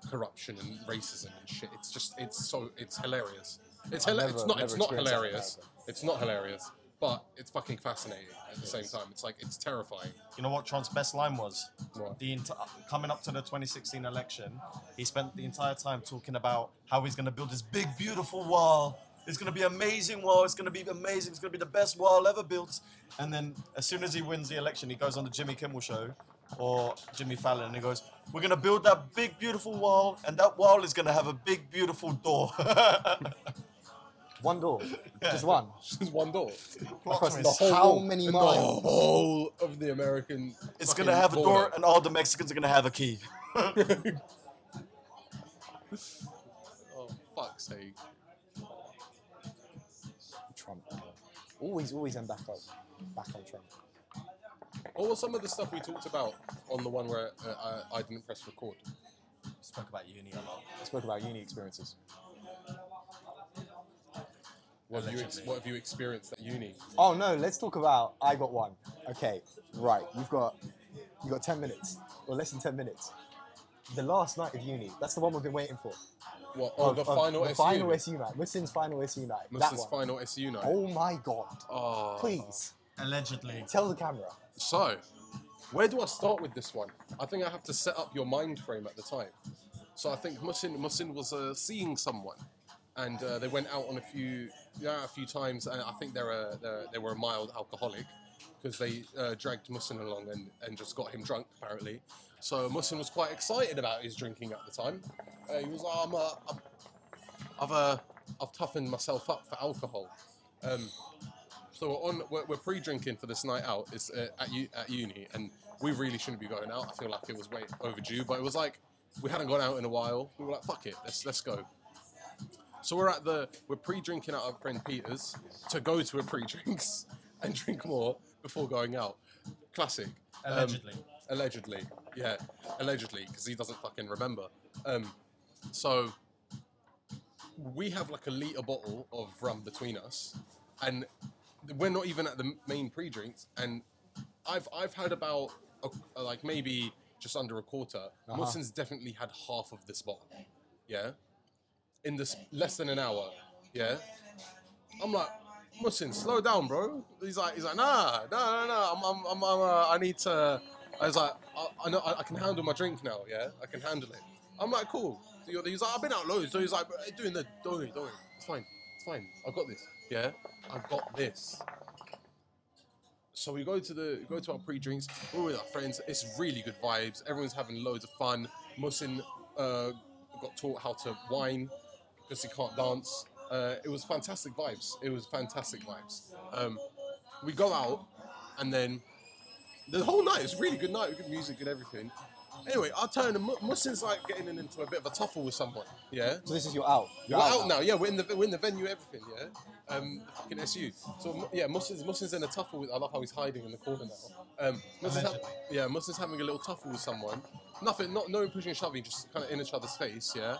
Speaker 2: corruption and racism and shit. It's just it's so it's hilarious. It's
Speaker 3: I've
Speaker 2: hila-
Speaker 3: never-
Speaker 2: it's not
Speaker 3: never
Speaker 2: it's not
Speaker 3: experienced that
Speaker 2: hilarious. It's not hilarious, but it's fucking fascinating at the same time. It's like it's terrifying.
Speaker 1: You know what Trump's best line was?
Speaker 2: What?
Speaker 1: The enti- coming up to the 2016 election, he spent the entire time talking about how he's going to build this big, beautiful wall. It's going to be amazing wall. It's going to be amazing. It's going to be the best wall ever built. And then as soon as he wins the election, he goes on the Jimmy Kimmel show or Jimmy Fallon and he goes, "We're going to build that big, beautiful wall, and that wall is going to have a big, beautiful door."
Speaker 3: One door, just one.
Speaker 2: Just one door.
Speaker 1: Plot
Speaker 3: Across the
Speaker 1: twist.
Speaker 3: whole- How many
Speaker 2: the
Speaker 3: miles?
Speaker 2: whole of the American.
Speaker 1: It's
Speaker 2: fucking
Speaker 1: going to have a door,
Speaker 2: border.
Speaker 1: and all the Mexicans are going to have a key.
Speaker 2: Oh fuck's sake!
Speaker 3: Trump. Always, always end back on, back on Trump.
Speaker 2: What was some of the stuff we talked about on the one where uh, I, I didn't press record?
Speaker 1: Spoke about uni a lot.
Speaker 3: I spoke about uni experiences.
Speaker 2: What have, you ex-
Speaker 1: Allegedly.
Speaker 2: what have you experienced at uni?
Speaker 3: Oh no, let's talk about I got one. Okay, right. You've got you got ten minutes or less than ten minutes. The last night of uni. That's the one we've been waiting for.
Speaker 2: What? Oh,
Speaker 3: Of-
Speaker 2: the
Speaker 3: of
Speaker 2: final
Speaker 3: the
Speaker 2: SU.
Speaker 3: final SU night. Muslim's final SU night. That
Speaker 2: Muslim's
Speaker 3: one.
Speaker 2: final SU night.
Speaker 3: Oh my god!
Speaker 2: Oh.
Speaker 3: Please
Speaker 1: Allegedly.
Speaker 2: Um,
Speaker 3: tell the camera.
Speaker 2: So, where do I start with this one? I think I have to set up your mind frame at the time. So I think Musin Musin was uh, seeing someone, and uh, they went out on a few yeah, a few times, and I think they're a, they're, they were a mild alcoholic because they uh, dragged Musin along and, and just got him drunk apparently. So Musin was quite excited about his drinking at the time. Uh, he was like, I'm, uh, I'm, I've uh, I've toughened myself up for alcohol. Um, so we're on. We're, we're pre-drinking for this night out. It's uh, at, u- at uni, and we really shouldn't be going out. I feel like it was way overdue, but it was like we hadn't gone out in a while. We were like, "Fuck it, let's let's go." So we're at the we're pre-drinking at our friend Peter's to go to a pre-drinks and drink more before going out. Classic. Um,
Speaker 1: Allegedly.
Speaker 2: Allegedly, yeah, allegedly, because he doesn't fucking remember. Um, so we have like a liter bottle of rum between us, and we're not even at the main pre-drinks. And I've I've had about a, like maybe just under a quarter. uh definitely had half of this bottle. Yeah, in this less than an hour. Yeah, I'm like, Mussin, slow down, bro. He's like, he's like, nah, nah, nah, nah. I'm, I'm, I'm, I'm uh, I need to. I was like, I, I know, I, I can handle my drink now. Yeah, I can handle it. I'm like, cool. He- He's like, I've been out loads. So he's like, "Hey, doing the, don't worry, don't worry. It's fine, it's fine. I've got this. Yeah, I've got this. So we go to the go to our pre-drinks. We're with our friends. It's really good vibes. Everyone's having loads of fun. Musin uh, got taught how to whine because he can't dance. Uh, it was fantastic vibes. It was fantastic vibes. Um, we go out, and then the whole night is really good night. Good music, good everything. Anyway, I turn and Mu- Musin's like getting in into a bit of a tuffle with someone. Yeah.
Speaker 3: So this is your out. You're
Speaker 2: We're out, now. Yeah, we're in the we're in the venue. Everything. Yeah. Um, the fucking SU. So Mu- yeah, Musin's Musin's in a tuffle with. I love how he's hiding in the corner now. Um, Musin's ha-
Speaker 1: Allegedly.
Speaker 2: yeah, Musin's having a little tuffle with someone. Nothing. Not no pushing and shoving. Just kind of in each other's face. Yeah.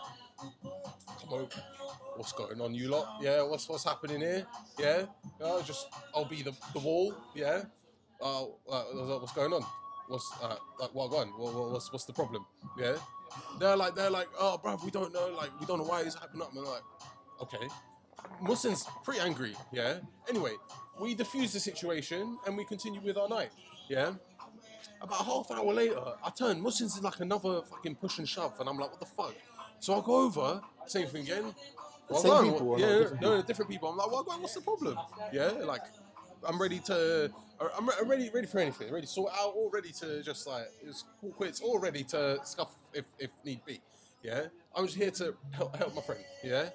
Speaker 2: Come over. What's going on, you lot? Yeah. What's what's happening here? Yeah. Uh, just I'll be the, the wall. Yeah. Uh, uh, what's going on? What's uh, like what gone? What, what, what's what's the problem? Yeah. They're like they're like oh bruv, we don't know like we don't know why it's happening up. And I'm like okay. Muslim's pretty angry. Yeah. Anyway, we diffuse the situation and we continue with our night. Yeah. About half hour later, I turn. Muslim's in like another fucking push and shove, and I'm like, what the fuck? So I go over, same thing again. Well,
Speaker 3: Same
Speaker 2: no,
Speaker 3: people or not?
Speaker 2: yeah,
Speaker 3: Different
Speaker 2: no, different people. I'm like, well, what's the problem? Yeah, like, I'm ready to, I'm, re- I'm ready, ready for anything. Ready to sort out, or ready to just like, it's cool quits, or ready to scuff if, if need be. Yeah, I'm just here to help help my friend. Yeah.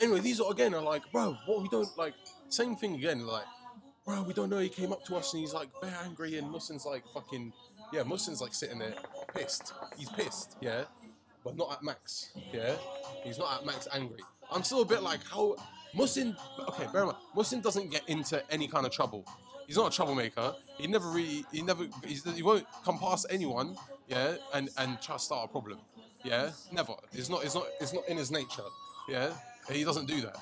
Speaker 2: Anyway, these are again are like, bro, what we don't like. Same thing again, like, bro, we don't know. He came up to us and he's like, bare angry, and Mustin's like, fucking, yeah, Mustin's like sitting there, pissed. He's pissed. Yeah, but not at max. Yeah, he's not at max angry. I'm still a bit like, how Mustin? Okay, bear in mind, Mustin doesn't get into any kind of trouble. He's not a troublemaker. He never really, he never, he's, he won't come past anyone, yeah, and and try to start a problem, yeah. Never. It's not, it's not, it's not in his nature, yeah. He doesn't do that.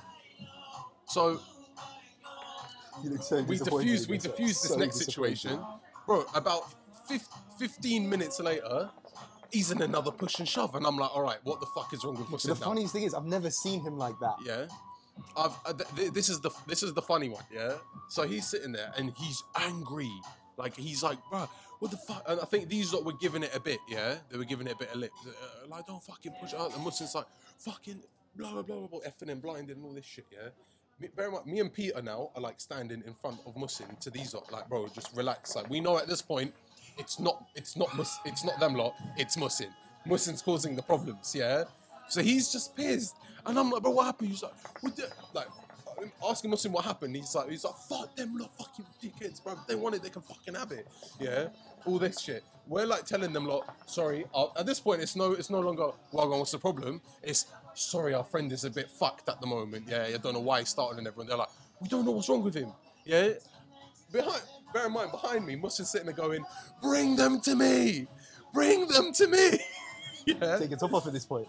Speaker 2: So
Speaker 3: You look so
Speaker 2: we
Speaker 3: disappointed
Speaker 2: diffuse,
Speaker 3: in
Speaker 2: we
Speaker 3: yourself.
Speaker 2: diffuse this
Speaker 3: So
Speaker 2: next
Speaker 3: disappointed.
Speaker 2: situation, bro. About fif- fifteen minutes later, he's in another push and shove, and I'm like, all right, what the fuck is wrong with Mustin
Speaker 3: The
Speaker 2: now?
Speaker 3: funniest thing is, I've never seen him like that.
Speaker 2: yeah. I've, uh, th- th- this is the this is the funny one, yeah. So he's sitting there and he's angry, like he's like, bruh, what the fuck? And I think these lot were giving it a bit, yeah. They were giving it a bit of lip, uh, like don't fucking push it out. And Mustin's like, fucking blah blah blah blah blah, effing and blinded and all this shit, yeah. Me, bear in mind, me and Peter now are like standing in front of Mustin to these lot, like bro, just relax. Like we know at this point, it's not it's not Mus- it's not them lot, it's Mustin. Mustin's causing the problems, yeah. So he's just pissed, and I'm like, bro, what happened? He's like, what the, like, I'm asking Muslim what happened. He's like, he's like, fuck them, lot fucking dickheads, bro. If they want it, they can fucking have it. Yeah, all this shit. We're like telling them, lot, sorry. Uh, at this point, it's no, it's no longer, well, what's the problem? It's sorry, our friend is a bit fucked at the moment. Yeah, I don't know why he's starting and everyone. They're like, we don't know what's wrong with him. Yeah, behind, bear in mind, behind me, Muslim's sitting there going, bring them to me, bring them to me. yeah.
Speaker 3: Take your top off at this point.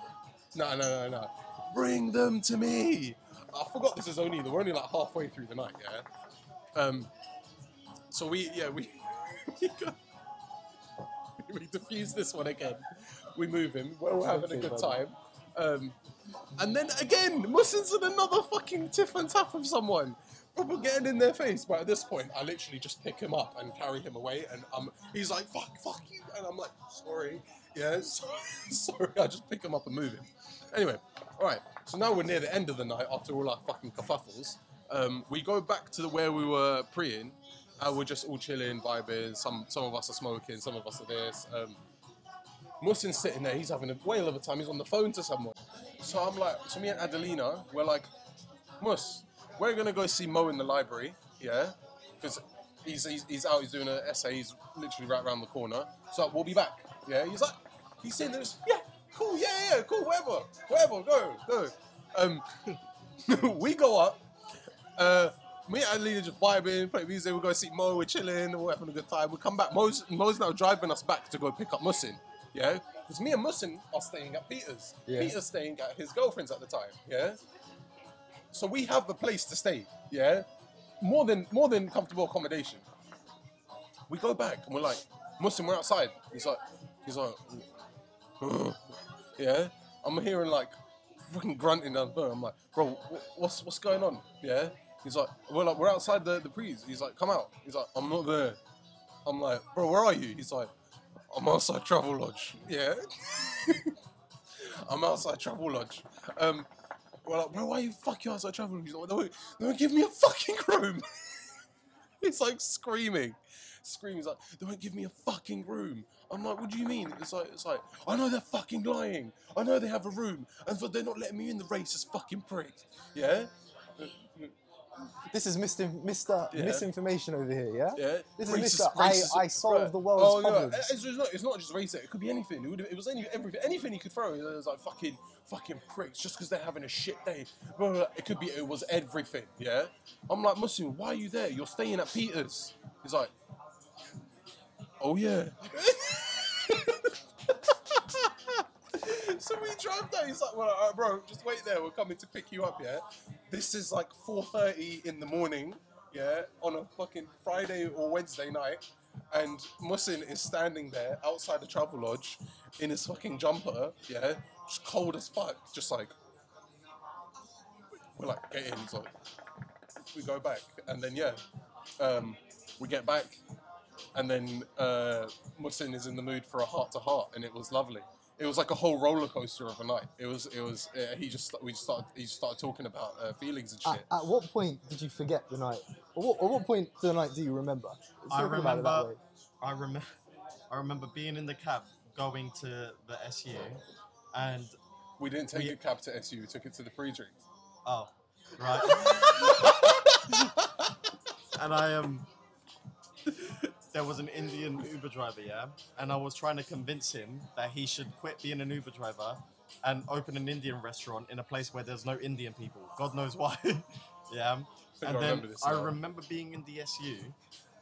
Speaker 2: No, no, no, no. Bring them to me. I forgot this is only we're only like halfway through the night, yeah. Um. So we, yeah, we we, go- we diffuse this one again. We move him. We're all having a good time. Um, and then again, Mustin's in another fucking tiff and tap of someone. Proper getting in their face. But at this point, I literally just pick him up and carry him away. And um, he's like, fuck, fuck you. And I'm like, sorry. Yeah, sorry. sorry. I just pick him up and move him. Anyway, all right. So now we're near the end of the night after all our fucking kerfuffles. Um, we go back to where we were preying. And we're just all chilling, vibing. Some some of us are smoking, some of us are this. Um, Mustin's sitting there, he's having a whale of a time, he's on the phone to someone. So I'm like, so me and Adelina, we're like, Mus, we're gonna go see Mo in the library, yeah? Because he's, he's, he's out, he's doing an essay, he's literally right around the corner. So we'll be back, yeah? He's like, he's sitting there, yeah, cool, yeah, yeah, cool, whatever, whatever, go, go. Um, we go up, uh, me and Adelina just vibing, playing music, we go see Mo, we're chilling, we're having a good time. We come back, Mo's, Mo's now driving us back to go pick up Musin, yeah? Because me and Musin are staying at Peter's.
Speaker 3: Yeah.
Speaker 2: Peter's staying at his girlfriend's at the time, yeah? So we have the place to stay, yeah? More than more than comfortable accommodation. We go back and we're like, Muslim, we're outside. He's like, he's like, "Ugh." yeah. I'm hearing like fucking grunting down the door. I'm like, bro, wh- what's what's going on? Yeah. He's like, we're like, we're outside the the prees. He's like, come out. He's like, I'm not there. I'm like, bro, where are you? He's like, I'm outside Travel Lodge. Yeah. I'm outside Travel Lodge. Um, we're like, bro, why you fuck you outside Travel Lodge? He's like, no, no, give me a fucking room. He's like screaming, screaming. He's like, they won't give me a fucking room. I'm like, what do you mean? It's like, it's like, I know they're fucking lying. I know they have a room, and for they're not letting me in, the racist fucking prick. Yeah,
Speaker 3: This is Mr. Mr.
Speaker 2: Yeah.
Speaker 3: Misinformation over here, yeah?
Speaker 2: yeah.
Speaker 3: This is Mr. I- I solved
Speaker 2: Right.
Speaker 3: the world's
Speaker 2: no,
Speaker 3: problems.
Speaker 2: Oh, It's, it's not, it's not just racist. It could be anything. It, would, it was any, everything, anything he could throw. It was like fucking, fucking pricks. Just because they're having a shit day, Blah, blah, blah. it could be. It was everything. Yeah. I'm like, Muslim, why are you there? You're staying at Peter's. He's like, oh yeah. So we drive down. He's like, "Well, all right, bro, just wait there. We're coming to pick you up." Yeah. This is like 4:30 in the morning. Yeah, on a fucking Friday or Wednesday night, and Musin is standing there outside the travel lodge in his fucking jumper. Yeah, just cold as fuck. Just like we're like, get in. He's like, we go back, and then yeah, um, we get back, and then uh, Musin is in the mood for a heart to heart, and it was lovely. It was like a whole roller coaster of a night. It was, it was. Uh, he just, we just started, he just started talking about uh, feelings and
Speaker 3: At,
Speaker 2: shit.
Speaker 3: at what point did you forget the night? Or what, or what point to the night do you remember?
Speaker 1: I
Speaker 3: Talk about it that
Speaker 1: remember-
Speaker 3: way.
Speaker 1: I remember, I remember being in the cab going to the SU, and
Speaker 2: We didn't take
Speaker 1: We-
Speaker 2: a cab to SU. We took it to the pre-drink.
Speaker 1: oh, right. and I um, there was an Indian Uber driver, yeah, and I was trying to convince him that he should quit being an Uber driver and open an Indian restaurant in a place where there's no Indian people. God knows why. yeah.
Speaker 2: I think
Speaker 1: and then
Speaker 2: I remember this.
Speaker 1: I
Speaker 2: now.
Speaker 1: remember being in the SU,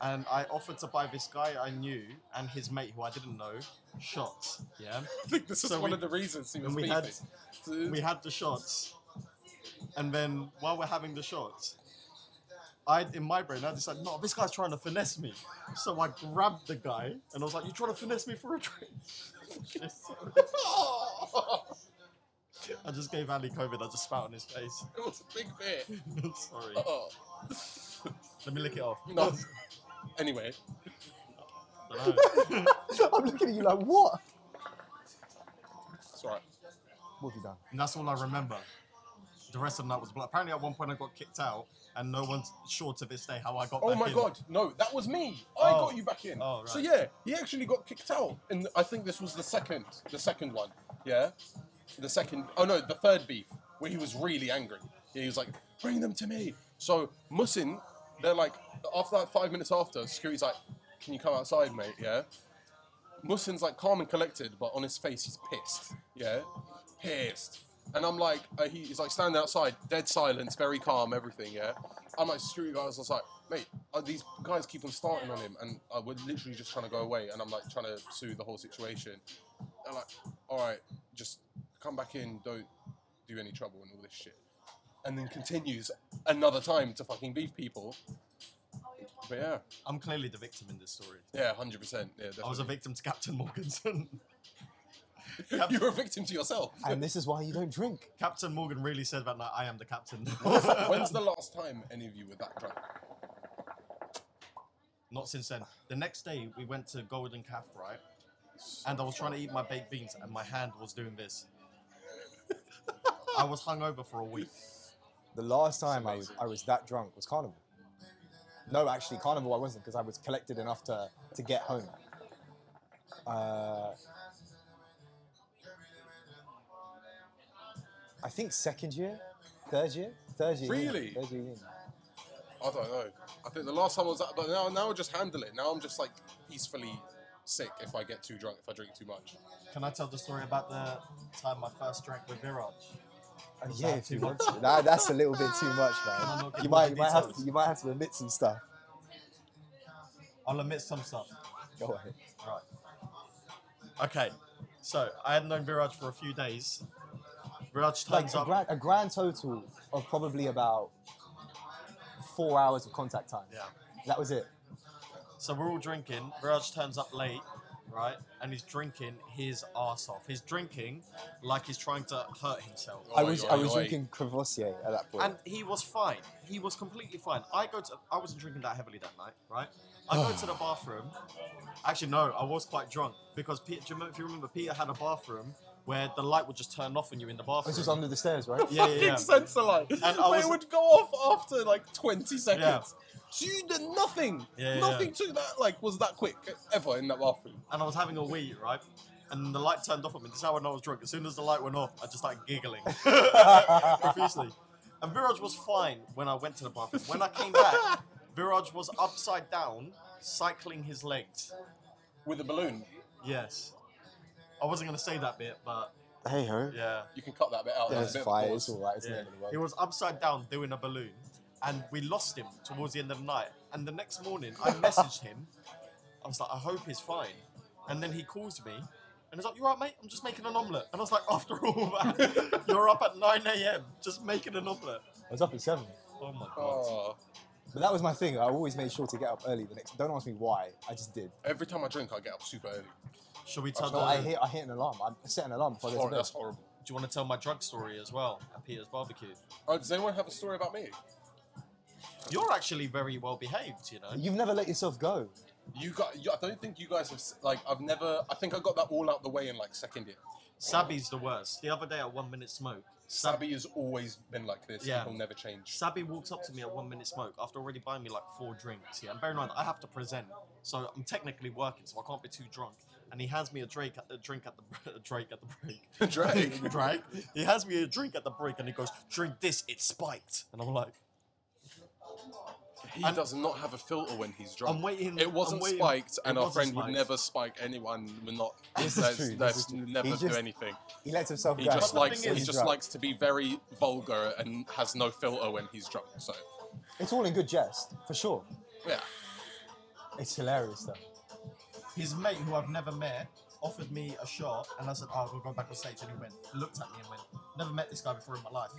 Speaker 1: and I offered to buy this guy I knew and his mate who I didn't know shots. Yeah,
Speaker 2: I think this is
Speaker 1: so
Speaker 2: one
Speaker 1: we-
Speaker 2: of the reasons he was
Speaker 1: and we
Speaker 2: beefing.
Speaker 1: had
Speaker 2: So-
Speaker 1: we had the shots, and then while we're having the shots, I in my brain I decided, no, this guy's trying to finesse me. So I grabbed the guy and I was like, you trying to finesse me for a drink? I just gave Ali COVID. I just spat on his face.
Speaker 2: it was a big bit.
Speaker 1: Sorry.
Speaker 2: Oh,
Speaker 1: Let me lick it off.
Speaker 2: no. anyway,
Speaker 1: Dunno.
Speaker 3: I'm looking at you like, what?
Speaker 2: it's all right.
Speaker 3: What have you done?
Speaker 1: And that's all I remember. The rest of the night was black. Apparently, at one point, I got kicked out, and no one's sure to this day how I got
Speaker 2: Oh
Speaker 1: back
Speaker 2: my
Speaker 1: in.
Speaker 2: god, no, that was me. I
Speaker 1: Oh.
Speaker 2: got you back in.
Speaker 1: Oh,
Speaker 2: So
Speaker 1: right.
Speaker 2: yeah, he actually got kicked out, and I think this was the second, the second one. Yeah, the second. Oh no, the third beef where he was really angry. Yeah, he was like, "Bring them to me." So Musin, they're like, after like five minutes after, security's like, "Can you come outside, mate?" Yeah. Musin's like calm and collected, but on his face he's pissed. Yeah, pissed. And I'm like, uh, he, he's like standing outside, dead silence, very calm, everything. Yeah. I'm like security guys. I was like, mate, uh, these guys keep on starting on him, and uh, we're literally just trying to go away. And I'm like trying to soothe the whole situation. They're like, all right, just come back in, don't do any trouble and all this shit. And then continues another time to fucking beef people. But yeah,
Speaker 1: I'm clearly the victim in this story.
Speaker 2: yeah, hundred percent. Yeah,
Speaker 1: I was a
Speaker 2: definitely.
Speaker 1: victim to Captain Morganson.
Speaker 2: you were a victim to yourself.
Speaker 3: And this is why you don't drink.
Speaker 1: captain Morgan really said that night, I am the captain.
Speaker 2: When's the last time any of you were that drunk?
Speaker 1: Not since then. The next day, we went to Golden Calf, right? And I was trying to eat my baked beans, and my hand was doing this. I was hungover for a week.
Speaker 3: The last time I was,
Speaker 2: amazing.
Speaker 3: I was that drunk was Carnival. No, actually, Carnival I wasn't because I was collected enough to, to get home. Uh, I think second year, third year, third year. yeah,
Speaker 2: Really?
Speaker 3: third year, yeah.
Speaker 2: I don't know. I think the last time I was that, but now now I just handle it. Now I'm just like peacefully sick if I get too drunk, if I drink too much.
Speaker 1: Can I tell the story about the time I first drank with Viraj?
Speaker 3: Uh,
Speaker 1: Was
Speaker 3: yeah,
Speaker 1: that
Speaker 3: if
Speaker 1: too
Speaker 3: you
Speaker 1: much?
Speaker 3: want to. Nah, that's a little bit too much,
Speaker 1: Can I
Speaker 3: man.
Speaker 1: not give
Speaker 3: You
Speaker 1: you all
Speaker 3: might,
Speaker 1: the
Speaker 3: you might have to,
Speaker 1: details?
Speaker 3: you might have to admit some stuff.
Speaker 1: I'll admit some stuff.
Speaker 3: Go ahead.
Speaker 1: Right. Okay. So I had known Viraj for a few days. Viraj turns
Speaker 3: Like a
Speaker 1: up.
Speaker 3: grand, a grand total of probably about four hours of contact time.
Speaker 1: yeah.
Speaker 3: That was it.
Speaker 1: So we're all drinking. Viraj turns up late, right? And he's drinking his ass off. He's drinking like he's trying to hurt himself.
Speaker 2: Oh,
Speaker 3: I was
Speaker 2: oi,
Speaker 3: I was
Speaker 2: oi.
Speaker 3: drinking Crevossier at that point.
Speaker 1: And he was fine. He was completely fine. I go to. I wasn't drinking that heavily that night, right? I go to the bathroom. Actually, no, I was quite drunk because Peter. do you remember- If you remember, Peter had a bathroom where the light would just turn off on you in the bathroom.
Speaker 3: this was under the stairs, right?
Speaker 1: yeah, yeah,
Speaker 2: Fucking
Speaker 1: yeah.
Speaker 2: sensor light. And
Speaker 1: I was-
Speaker 2: it would go off after like 20 seconds. So you did nothing.
Speaker 1: Yeah, yeah,
Speaker 2: nothing to that like was that quick ever in that bathroom.
Speaker 1: and I was having a wee, right? And the light turned off on me. This is how I know I was drunk. As soon as the light went off, I just started giggling profusely. And Viraj was fine when I went to the bathroom. When I came back, Viraj was upside down, cycling his legs.
Speaker 2: With a balloon.
Speaker 1: Yes. I wasn't going to say that bit, but
Speaker 3: Hey ho.
Speaker 1: yeah.
Speaker 2: You can cut that bit out.
Speaker 3: Yeah,
Speaker 2: There's
Speaker 3: it's
Speaker 2: a bit of
Speaker 3: fire.
Speaker 2: pause.
Speaker 3: It's all right. It's
Speaker 1: yeah.
Speaker 3: not the end of the world.
Speaker 1: He was upside down doing a balloon. And we lost him towards the end of the night. And the next morning, I messaged him. I was like, I hope he's fine. And then he calls me. And he's like, you all right, mate? I'm just making an omelette. And I was like, after all that, you're up at 9 a.m. just making an omelette.
Speaker 3: I was up at seven.
Speaker 1: Oh my God.
Speaker 2: Oh.
Speaker 3: But that was my thing. I always made sure to get up early the next. Don't ask me why. I just did.
Speaker 2: Every time I drink, I get up super early.
Speaker 1: Shall we tell
Speaker 3: No,
Speaker 1: the,
Speaker 3: I hit. I hit an alarm. I set an alarm before I
Speaker 2: Hor-
Speaker 3: go
Speaker 2: that's
Speaker 3: to bed.
Speaker 2: horrible.
Speaker 1: Do you want to tell my drug story as well at Peter's Barbecue?
Speaker 2: Oh, does anyone have a story about me?
Speaker 1: You're actually very well behaved, you know?
Speaker 3: You've never let yourself go.
Speaker 2: You got. You, I don't think you guys have. s- Like, I've never. I think I got that all out the way in like second year.
Speaker 1: Sabby's the worst. The other day at One Minute Smoke, Sab-
Speaker 2: Sabby has always been like this.
Speaker 1: Yeah.
Speaker 2: He'll never change.
Speaker 1: Sabby walked up to me at One Minute Smoke after already buying me like four drinks. Yeah, and bear in mind I have to present, so I'm technically working, so I can't be too drunk. And he hands me a drink at the drink at the a drink at the break.
Speaker 2: Drake.
Speaker 1: Drake. He hands me a drink at the break, and he goes, "Drink this, it's spiked." And I'm like,
Speaker 2: He
Speaker 1: And-
Speaker 2: does not have a filter when he's drunk.
Speaker 1: I'm waiting.
Speaker 2: it wasn't
Speaker 1: I'm waiting-
Speaker 2: spiked,
Speaker 1: it
Speaker 2: and our
Speaker 1: wasn't
Speaker 2: friend would
Speaker 1: spiked.
Speaker 2: never spike anyone. We're not.
Speaker 3: This is
Speaker 2: that's,
Speaker 3: true, this
Speaker 2: that's
Speaker 3: is true.
Speaker 2: never
Speaker 3: He
Speaker 2: do
Speaker 3: just-
Speaker 2: anything.
Speaker 3: He lets himself
Speaker 2: He
Speaker 3: go.
Speaker 2: just
Speaker 1: But the
Speaker 2: likes.
Speaker 1: thing
Speaker 2: He
Speaker 1: is-
Speaker 2: just
Speaker 3: drunk.
Speaker 2: likes to be very vulgar and has no filter when he's drunk. So,
Speaker 3: It's all in good jest, for sure.
Speaker 2: yeah.
Speaker 3: It's hilarious though.
Speaker 1: His mate, who I've never met, offered me a shot, and I said, "Oh, we'll go back on stage." And he went, looked at me, and went, "Never met this guy before in my life."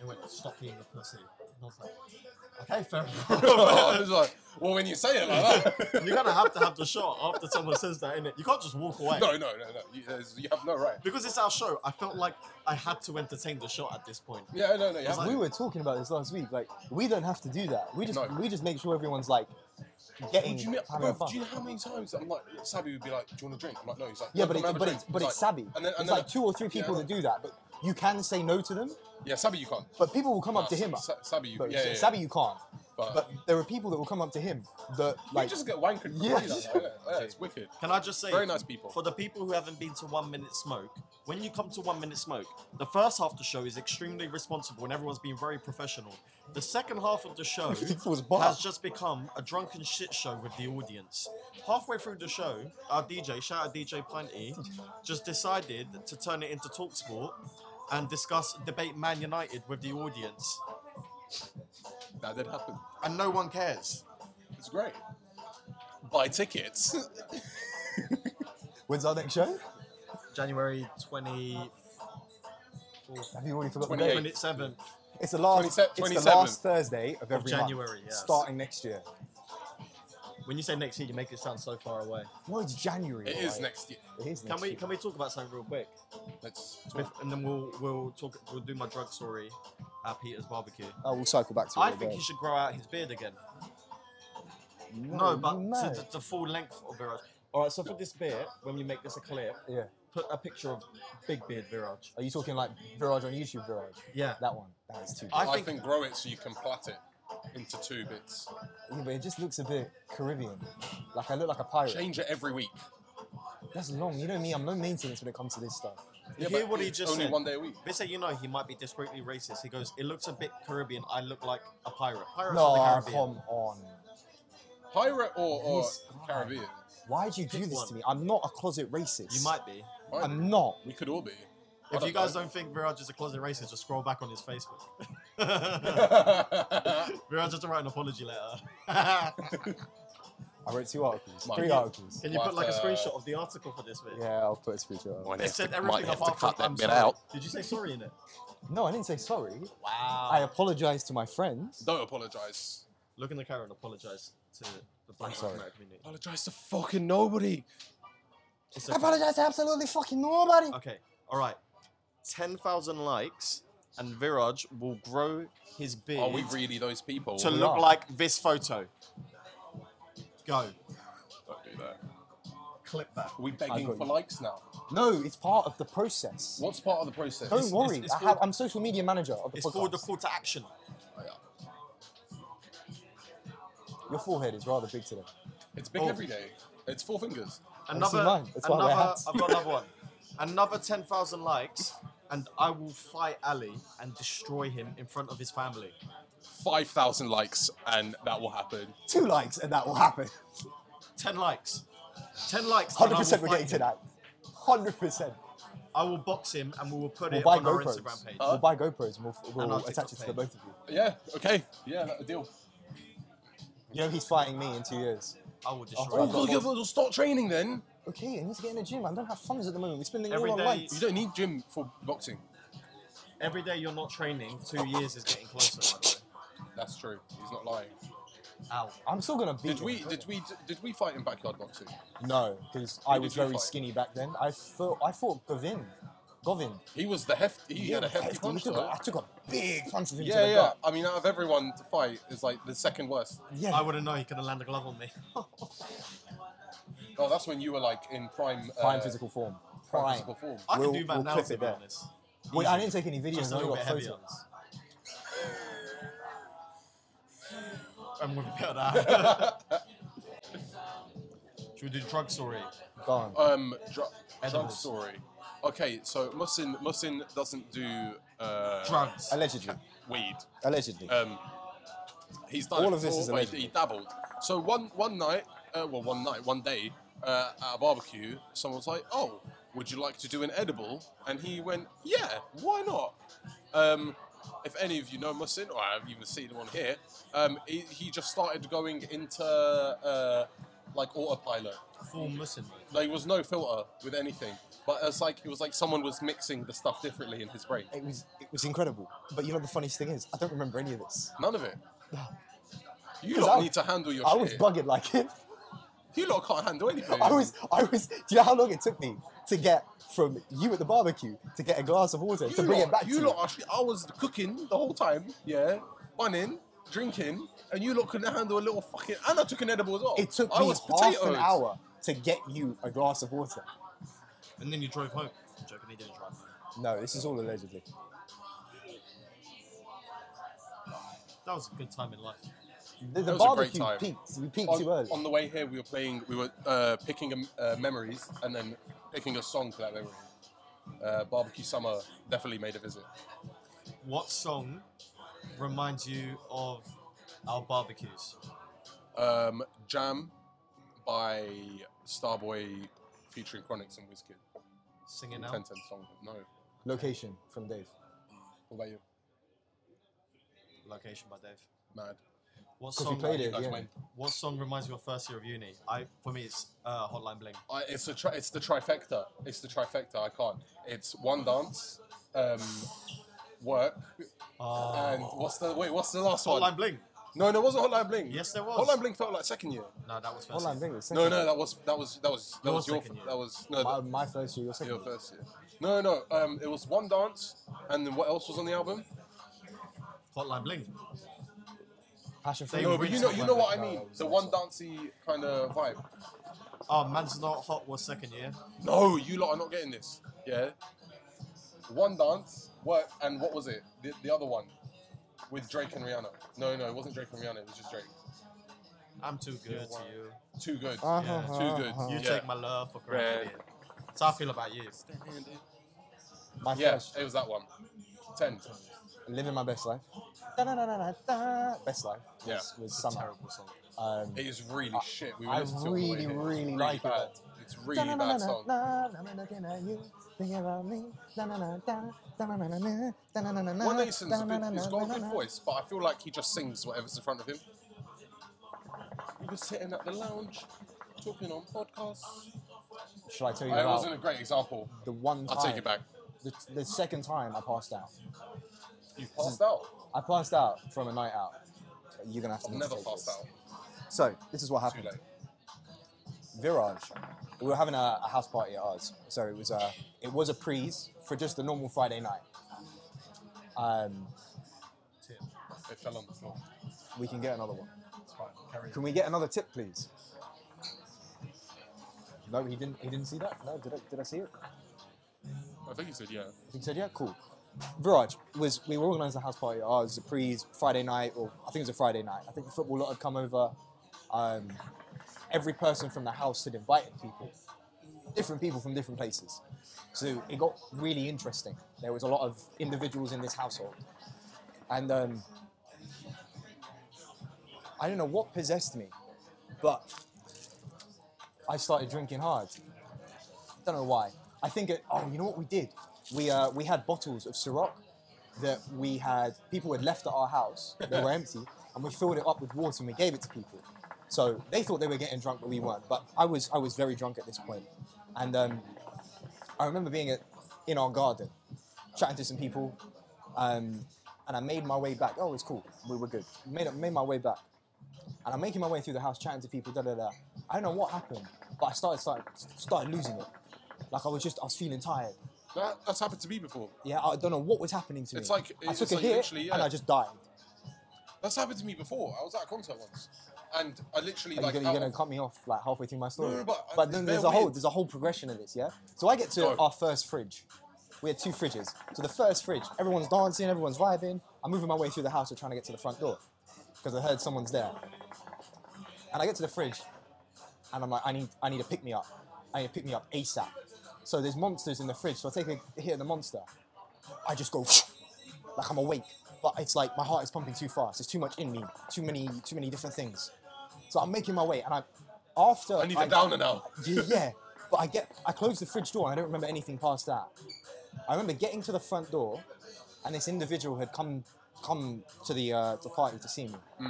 Speaker 1: He went, "Stop being a pussy." And I was like, "Okay, fair
Speaker 2: I
Speaker 1: enough."
Speaker 2: was like, well, when you say it like that,
Speaker 1: You're gonna have to have the shot after someone says that, innit? You can't just walk away.
Speaker 2: no, no, no, no. You, there's- you have no right.
Speaker 1: Because it's our show, I felt like I had to entertain the shot at this point.
Speaker 2: Yeah, no, no. You have
Speaker 1: like-
Speaker 3: we were talking about this last week. Like, we don't have to do that. We just
Speaker 2: No.
Speaker 3: we just make sure everyone's like getting
Speaker 2: do you, know,
Speaker 3: having
Speaker 2: bruv,
Speaker 3: fun.
Speaker 2: do you know how many times I'm like, Sabby would be like, "Do you want a drink?" I'm like, "No." He's like,
Speaker 3: yeah,
Speaker 2: "No,
Speaker 3: but,
Speaker 2: come
Speaker 3: it,
Speaker 2: have a
Speaker 3: but
Speaker 2: drink."
Speaker 3: it's but
Speaker 2: He's
Speaker 3: it's
Speaker 2: like-
Speaker 3: savvy.
Speaker 2: And then, and
Speaker 3: it's
Speaker 2: then
Speaker 3: like two or three people
Speaker 2: yeah.
Speaker 3: that do that, but you can say no to them.
Speaker 2: yeah, Sabby, you can't.
Speaker 3: But people will come up
Speaker 2: Nah,
Speaker 3: to him.
Speaker 2: Sa- Sabby, you,
Speaker 3: but
Speaker 2: yeah, yeah, yeah.
Speaker 3: Sabby, you can't.
Speaker 2: but,
Speaker 3: But there are people that will come up to him that like
Speaker 2: you just get wankered. for
Speaker 3: Yeah.
Speaker 2: free, like, yeah, yeah, it's wicked.
Speaker 1: Can I just say,
Speaker 2: Very nice people.
Speaker 1: for the people who haven't been to One Minute Smoke, when you come to One Minute Smoke, the first half of the show is extremely responsible and everyone's been very professional. The second half of the show
Speaker 3: was bar.
Speaker 1: has just become a drunken shit show with the audience. Halfway through the show, our DJ, shout out DJ Plenty, E, just decided to turn it into talk sport and discuss debate Man United with the audience.
Speaker 2: That did happen.
Speaker 1: And no one cares.
Speaker 2: It's great. Buy tickets.
Speaker 3: When's our next show?
Speaker 1: January 20,
Speaker 3: Have you already forgotten? the
Speaker 2: 28th.
Speaker 3: date?
Speaker 1: 27th
Speaker 3: It's the last.
Speaker 2: 27th.
Speaker 3: It's the last Thursday of
Speaker 1: of
Speaker 3: every month,
Speaker 1: January. Yes.
Speaker 3: starting next year.
Speaker 1: When you say next year, you make it sound so far away.
Speaker 3: No, it's January.
Speaker 2: it is
Speaker 3: alright.
Speaker 2: next year.
Speaker 3: It is
Speaker 1: Can
Speaker 3: next
Speaker 1: we
Speaker 3: year.
Speaker 1: can we talk about something real quick?
Speaker 2: Let's
Speaker 1: Bef- And then we'll we'll talk we'll do my drug story at Peter's barbecue.
Speaker 3: Oh, we'll cycle back to it.
Speaker 1: I think
Speaker 3: later.
Speaker 1: he should grow out his beard again. No, but
Speaker 3: you
Speaker 1: to
Speaker 3: mad.
Speaker 1: the, the full length of Viraj. All right, so for this bit, when you make this a clip,
Speaker 3: yeah.
Speaker 1: put a picture of Big Beard Viraj.
Speaker 3: Are you talking like Viraj on YouTube, Viraj?
Speaker 1: Yeah.
Speaker 3: That one. That is too. Big.
Speaker 1: I
Speaker 2: I
Speaker 1: think-
Speaker 2: think, grow it so you can plait it into two bits.
Speaker 3: Yeah, but it just looks a bit Caribbean. Like I look like a pirate.
Speaker 2: Change it every week.
Speaker 3: That's long. You know me. I'm no maintenance when it comes to this stuff.
Speaker 1: You hear
Speaker 2: but
Speaker 1: what he
Speaker 2: it's
Speaker 1: just
Speaker 2: only
Speaker 1: said?
Speaker 2: one day a week.
Speaker 1: They say you know he might be discreetly racist. He goes, "It looks a bit Caribbean. I look like a pirate. Pirates of the
Speaker 3: No,
Speaker 1: Caribbean."
Speaker 3: come on.
Speaker 2: Pirate or, or
Speaker 3: He's-
Speaker 2: Caribbean?
Speaker 3: Why'd you do
Speaker 1: Pick
Speaker 3: this
Speaker 1: one.
Speaker 3: to me? I'm not a closet racist.
Speaker 1: You might be.
Speaker 2: Might be.
Speaker 3: I'm not.
Speaker 2: We could all be. I
Speaker 1: If you guys
Speaker 2: know.
Speaker 1: don't think Viraj is a closet racist, just scroll back on his Facebook. Viraj has to write an apology letter. Can
Speaker 3: I wrote two articles.
Speaker 2: Might
Speaker 3: Three
Speaker 2: be.
Speaker 3: articles.
Speaker 1: you
Speaker 2: Might
Speaker 1: put like a
Speaker 2: have to-
Speaker 1: screenshot of the article for this bit?
Speaker 3: Yeah, I'll put a screenshot. up.
Speaker 1: It said everything apart from I'm sorry. Did you say sorry in it?
Speaker 3: No, I didn't say sorry.
Speaker 1: Wow.
Speaker 3: I apologize to my friends.
Speaker 2: Don't apologize.
Speaker 1: Look in the camera and apologize to the black
Speaker 3: sorry.
Speaker 1: American community.
Speaker 2: Apologize to fucking nobody.
Speaker 1: It's
Speaker 3: I
Speaker 1: okay.
Speaker 3: apologize to absolutely fucking nobody.
Speaker 1: Okay. All right. Ten thousand likes, and Viraj will grow his beard
Speaker 2: Are we really those people?
Speaker 1: to
Speaker 3: We
Speaker 1: look
Speaker 3: are.
Speaker 1: like this photo. Go.
Speaker 2: Don't do that.
Speaker 1: Clip that.
Speaker 2: Are we
Speaker 3: I got
Speaker 2: begging
Speaker 3: you.
Speaker 2: for likes now?
Speaker 3: No, it's part of the process.
Speaker 2: What's part of the process?
Speaker 3: Don't
Speaker 1: It's-
Speaker 3: worry.
Speaker 1: it's- it's
Speaker 3: I have,
Speaker 1: called-
Speaker 3: I'm social media manager of the
Speaker 1: It's
Speaker 3: podcast.
Speaker 1: called the call to action.
Speaker 3: Your forehead is rather big today.
Speaker 2: It's big
Speaker 1: Oh.
Speaker 2: every day. It's four fingers.
Speaker 1: Another.
Speaker 3: seen mine. That's why I wear
Speaker 1: another.
Speaker 3: hats.
Speaker 1: I've got another one. Another ten thousand likes, and I will fight Ali and destroy him in front of his family.
Speaker 2: Five thousand likes, and that will happen.
Speaker 3: Two likes and that will happen.
Speaker 1: 10 likes. 10 likes. and I will
Speaker 3: Hundred percent, we're
Speaker 1: fight
Speaker 3: getting to
Speaker 1: him.
Speaker 3: that. Hundred percent.
Speaker 1: I will box him and we will put
Speaker 3: We'll
Speaker 1: it
Speaker 3: buy
Speaker 1: on our
Speaker 3: GoPros.
Speaker 1: Instagram page.
Speaker 3: We'll buy GoPros and we'll,
Speaker 1: And our
Speaker 3: we'll attach
Speaker 1: TikTok
Speaker 3: it to the
Speaker 1: page.
Speaker 3: both of you.
Speaker 2: Yeah. Okay. Yeah. A deal.
Speaker 3: You know he's fighting me in two years.
Speaker 1: I will destroy
Speaker 3: Oh,
Speaker 1: him.
Speaker 3: God.
Speaker 2: look, we'll start training then.
Speaker 3: Okay, I need to get in the gym. I don't have funds at the moment. We're spending
Speaker 1: Every
Speaker 3: all on
Speaker 1: day-
Speaker 2: You
Speaker 3: lights.
Speaker 2: don't need gym for boxing.
Speaker 1: Every day you're not training, two years is getting closer, by the
Speaker 2: That's true. He's not lying.
Speaker 1: way. Ow.
Speaker 3: I'm still gonna beat.
Speaker 2: Did
Speaker 3: him.
Speaker 2: we? Did we? Did we fight in backyard boxing?
Speaker 3: No, because I
Speaker 2: did
Speaker 3: was
Speaker 2: you
Speaker 3: very
Speaker 2: fight?
Speaker 3: skinny back then. I thought I fought Govin. Govin.
Speaker 2: He was the hefty. He had a
Speaker 3: hefty.
Speaker 2: hefty punch.
Speaker 3: I took a,
Speaker 2: though.
Speaker 3: I took a big punch with him to
Speaker 2: Yeah,
Speaker 3: the
Speaker 2: yeah.
Speaker 3: gut.
Speaker 2: I mean, out of everyone to fight is like the second worst.
Speaker 3: Yeah.
Speaker 1: I wouldn't know, he could have landed a glove on me.
Speaker 2: Oh, that's when you were like in prime. Uh,
Speaker 3: Fine physical form. prime.
Speaker 2: physical form.
Speaker 1: I
Speaker 3: We'll-
Speaker 1: can do that
Speaker 3: we'll
Speaker 1: now,
Speaker 3: clip
Speaker 1: to
Speaker 3: it
Speaker 1: be
Speaker 3: there.
Speaker 1: honest.
Speaker 3: Wait, I
Speaker 1: Easy.
Speaker 3: didn't take any videos.
Speaker 1: Just a
Speaker 3: I only
Speaker 1: little
Speaker 3: got
Speaker 1: bit
Speaker 3: photos.
Speaker 1: heavier. And we've got that. Should we do drug story?
Speaker 3: Go on.
Speaker 2: Um, dr- drug
Speaker 1: Edibles.
Speaker 2: story. Okay, so Musin Musin doesn't do uh,
Speaker 1: Drugs.
Speaker 3: Allegedly.
Speaker 2: weed.
Speaker 3: Allegedly.
Speaker 2: Um, he's done
Speaker 3: All
Speaker 2: it
Speaker 3: of this
Speaker 2: before,
Speaker 3: is
Speaker 2: but he-
Speaker 3: allegedly.
Speaker 2: he dabbled. So one one night, uh, well, one night, one day uh, at a barbecue, someone was like, "Oh, would you like to do an edible?" And he went, "Yeah, why not?" Um, if any of you know Musin, or I've even seen him on here, um, he, he just started going into uh, like autopilot.
Speaker 1: Full Muslim.
Speaker 2: There was no filter with anything, but it's like it was like someone was mixing the stuff differently in his brain.
Speaker 3: it was it was incredible. But you know the funniest thing is, I don't remember any of this.
Speaker 2: None of it. You
Speaker 3: 'Cause
Speaker 2: lot
Speaker 3: I-
Speaker 2: need to handle your
Speaker 3: I
Speaker 2: shit.
Speaker 3: was bugging like it.
Speaker 2: You lot can't handle anything.
Speaker 3: I was I was. Do you know how long it took me to get from you at the barbecue to get a glass of water
Speaker 2: You
Speaker 3: to bring
Speaker 2: lot,
Speaker 3: it back
Speaker 2: you
Speaker 3: to
Speaker 2: lot are shit. I was cooking the whole time, yeah, bunning, drinking, and you lot couldn't handle a little fucking. And I took an edible as well.
Speaker 3: you? It took
Speaker 2: I
Speaker 3: me
Speaker 2: was
Speaker 3: half an
Speaker 2: potatoed.
Speaker 3: hour to get you a glass of water.
Speaker 1: And then you drove home. I'm joking, he didn't drive home.
Speaker 3: No, this is all allegedly.
Speaker 1: That was a good time in life.
Speaker 3: The, the
Speaker 2: That was a great
Speaker 3: barbecue
Speaker 2: time.
Speaker 3: peaked. We peaked
Speaker 2: On,
Speaker 3: too early.
Speaker 2: on the way here, we were playing. We were uh, picking um, uh, memories and then picking a song for that memory. Uh, barbecue summer definitely made a visit.
Speaker 1: What song reminds you of our barbecues?
Speaker 2: Um, Jam by Starboy featuring Chronix and Wizkid.
Speaker 1: Sing it
Speaker 2: 10
Speaker 1: now.
Speaker 2: 10 song. No.
Speaker 3: Location from Dave.
Speaker 2: What about you?
Speaker 1: Location by Dave.
Speaker 2: Mad.
Speaker 1: What
Speaker 3: 'Cause we
Speaker 1: song?
Speaker 3: played
Speaker 2: you
Speaker 3: it,
Speaker 2: guys
Speaker 3: yeah.
Speaker 2: went.
Speaker 1: What song reminds you of first year of uni? I for me it's uh, Hotline Bling.
Speaker 2: I, it's a tri- it's the trifecta. It's the trifecta. I can't. It's one dance, um, work,
Speaker 3: Um,
Speaker 2: and
Speaker 1: Oh.
Speaker 2: what's the wait? What's the last one?
Speaker 1: Hotline Bling.
Speaker 2: No, no, it wasn't Hotline Bling.
Speaker 1: Yes, there was.
Speaker 2: Hotline Bling felt like second year.
Speaker 1: No, that was first.
Speaker 3: Online
Speaker 1: year.
Speaker 3: thing. was
Speaker 2: No,
Speaker 3: second.
Speaker 2: no, that was that was that was that
Speaker 1: Your
Speaker 2: was your
Speaker 1: second year.
Speaker 2: that was no
Speaker 3: My,
Speaker 2: that,
Speaker 3: my first year, your second.
Speaker 2: your
Speaker 3: year.
Speaker 2: first year. No, no, um, it was one dance, and then what else was on the album?
Speaker 1: Hotline Bling.
Speaker 3: Passion
Speaker 1: They
Speaker 3: fruit.
Speaker 2: No, but you know, you know what I
Speaker 3: No,
Speaker 2: mean.
Speaker 3: it was
Speaker 2: The
Speaker 3: next
Speaker 2: one
Speaker 3: one.
Speaker 2: dancey kind of vibe.
Speaker 1: Oh, Man's Not Hot was second year.
Speaker 2: No, you lot are not getting this. Yeah. One dance, work, and what was it? The, the other one with Drake and Rihanna. No, no, it wasn't Drake and Rihanna. It was just Drake.
Speaker 1: I'm too good to you.
Speaker 2: Too good.
Speaker 3: Uh-huh,
Speaker 2: Yeah, too good.
Speaker 3: uh-huh.
Speaker 1: You
Speaker 2: Yeah.
Speaker 1: take my love for granted.
Speaker 2: Red.
Speaker 1: That's how I feel about you.
Speaker 3: My
Speaker 2: Yeah,
Speaker 3: first,
Speaker 2: it was that one. Ten.
Speaker 3: living my best life. Da-da-da-da-da-da. Best life. Was,
Speaker 2: Yeah.
Speaker 3: was
Speaker 1: It's a
Speaker 3: summer.
Speaker 1: terrible song.
Speaker 3: Um,
Speaker 2: It is really shit. We
Speaker 3: I
Speaker 2: listened to it on the way
Speaker 3: really,
Speaker 2: here. It's
Speaker 3: really like it.
Speaker 2: bad. It's really bad song. One Nason's a good, he's got a good voice, but I feel like he just sings whatever's in front of him. He was sitting at the lounge, talking on podcasts.
Speaker 3: Should I tell you
Speaker 2: It wasn't
Speaker 3: about
Speaker 2: a great example.
Speaker 3: the one time?
Speaker 2: I'll take it back.
Speaker 3: The, the second time I passed out.
Speaker 2: You've passed out.
Speaker 3: I passed out from a night out. You're gonna have to.
Speaker 2: I've never
Speaker 3: take
Speaker 2: passed
Speaker 3: this.
Speaker 2: out.
Speaker 3: So this is what
Speaker 2: Too
Speaker 3: happened.
Speaker 2: late.
Speaker 3: Virage. We were having a, a house party at ours, so it was a it was a prees for just a normal Friday night. Um,
Speaker 1: Tip.
Speaker 2: It fell on the floor.
Speaker 3: we can get another one.
Speaker 1: It's fine. Carry
Speaker 3: Can we get another tip, please? No, he didn't. He didn't see that. No, did I, did I see it?
Speaker 2: I think he said yeah.
Speaker 3: He said, "Yeah, cool." Viraj was we were organising a house party. Oh, it was a pre Friday night, or I think it was a Friday night. I think the football lot had come over. Um, every person from the house had invited people, different people from different places. So it got really interesting. There was a lot of individuals in this household, and um, I don't know what possessed me, but I started drinking hard. Don't know why. I think it, oh, you know what we did? We uh, we had bottles of Ciroc that we had people had left at our house. They were empty, and we filled it up with water and we gave it to people. So they thought they were getting drunk, but we weren't. But I was I was very drunk at this point, and um, I remember being at, in our garden, chatting to some people, um, and I made my way back. Oh, it's cool. We were good. Made made my way back, and I'm making my way through the house, chatting to people. Da da da. I don't know what happened, but I started started, started losing it. Like I was just I was feeling tired.
Speaker 2: That, that's happened to me before.
Speaker 3: Yeah, I don't know what was happening to me.
Speaker 2: It's like-
Speaker 3: I
Speaker 2: it's
Speaker 3: took a
Speaker 2: like
Speaker 3: hit
Speaker 2: literally, yeah.
Speaker 3: and I just died.
Speaker 2: That's happened to me before. I was at a concert once, and I literally
Speaker 3: Are you
Speaker 2: like
Speaker 3: gonna,
Speaker 2: out
Speaker 3: you're gonna
Speaker 2: of-
Speaker 3: cut me off like halfway through my story.
Speaker 2: no, but, uh,
Speaker 3: then
Speaker 2: they're
Speaker 3: there's a whole
Speaker 2: weird.
Speaker 3: there's a whole progression of this, yeah. So I get to
Speaker 2: Go.
Speaker 3: our first fridge. We had two fridges. So the first fridge, everyone's dancing, everyone's vibing. I'm moving my way through the house, we're trying to get to the front door because I heard someone's there. And I get to the fridge, and I'm like, I need I need a pick me up. I need a pick me up ASAP. So there's monsters in the fridge. So I take a hit of the monster. I just go like I'm awake, but it's like my heart is pumping too fast. There's too much in me, too many too many different things. So I'm making my way, and I after
Speaker 2: I need a downer now.
Speaker 3: yeah, yeah. But I get I close the fridge door and I don't remember anything past that. I remember getting to the front door and this individual had come come to the uh, the party to see me.
Speaker 2: Hmm.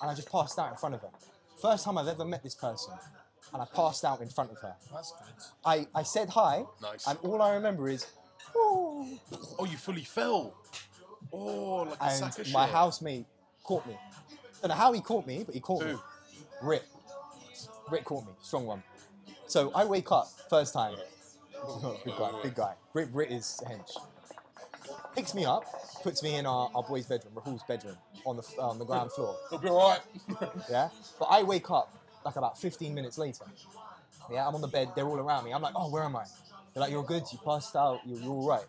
Speaker 3: And I just passed out in front of her. First time I've ever met this person. And I passed out in front of her.
Speaker 2: That's good.
Speaker 3: I, I said hi,
Speaker 2: Nice.
Speaker 3: and all I remember is, "Ooh,"
Speaker 2: Oh, you fully fell. Oh, like a
Speaker 3: and
Speaker 2: sack of
Speaker 3: my
Speaker 2: shit.
Speaker 3: housemate caught me. Don't know how he caught me, but he caught me.
Speaker 2: Who?
Speaker 3: Rip. Rip caught me. Strong one. So I wake up first time.
Speaker 2: Oh,
Speaker 3: big guy, big guy. Rip, Rip is a hench. Picks me up, puts me in our, our boy's bedroom, Rahul's bedroom, on the f- on the ground floor.
Speaker 2: It'll be alright.
Speaker 3: Yeah. But I wake up like about 15 minutes later. Yeah, I'm on the bed. They're all around me. I'm like, oh, where am I? They're like, you're good. You passed out. You're, you're all right.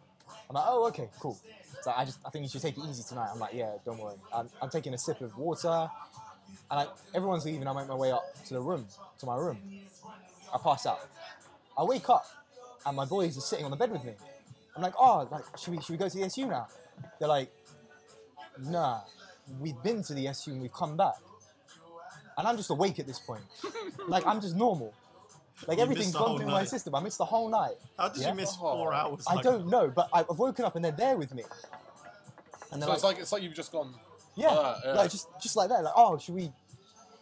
Speaker 3: I'm like, oh, okay, cool. So I just, I think you should take it easy tonight. I'm like, yeah, don't worry. I'm, I'm taking a sip of water. And I, everyone's leaving. I make my way up to the room, to my room. I pass out. I wake up, and my boys are sitting on the bed with me. I'm like, oh, like, should we, should we go to the SU now? They're like, nah, we've been to the SU and we've come back. And I'm just awake at this point. like, I'm just normal. Like,
Speaker 1: You
Speaker 3: everything's
Speaker 1: missed the
Speaker 3: gone
Speaker 1: whole
Speaker 3: through my
Speaker 1: night.
Speaker 3: system. I missed the whole night.
Speaker 1: How did
Speaker 3: Yeah.
Speaker 1: you miss
Speaker 2: Oh.
Speaker 1: four hours?
Speaker 3: I
Speaker 1: like-
Speaker 3: don't know, but I've woken up and they're there with me. And they're
Speaker 2: So it's like it's like you've just gone.
Speaker 3: yeah,
Speaker 2: Ah, yeah.
Speaker 3: like just just like that. Like, oh, should we,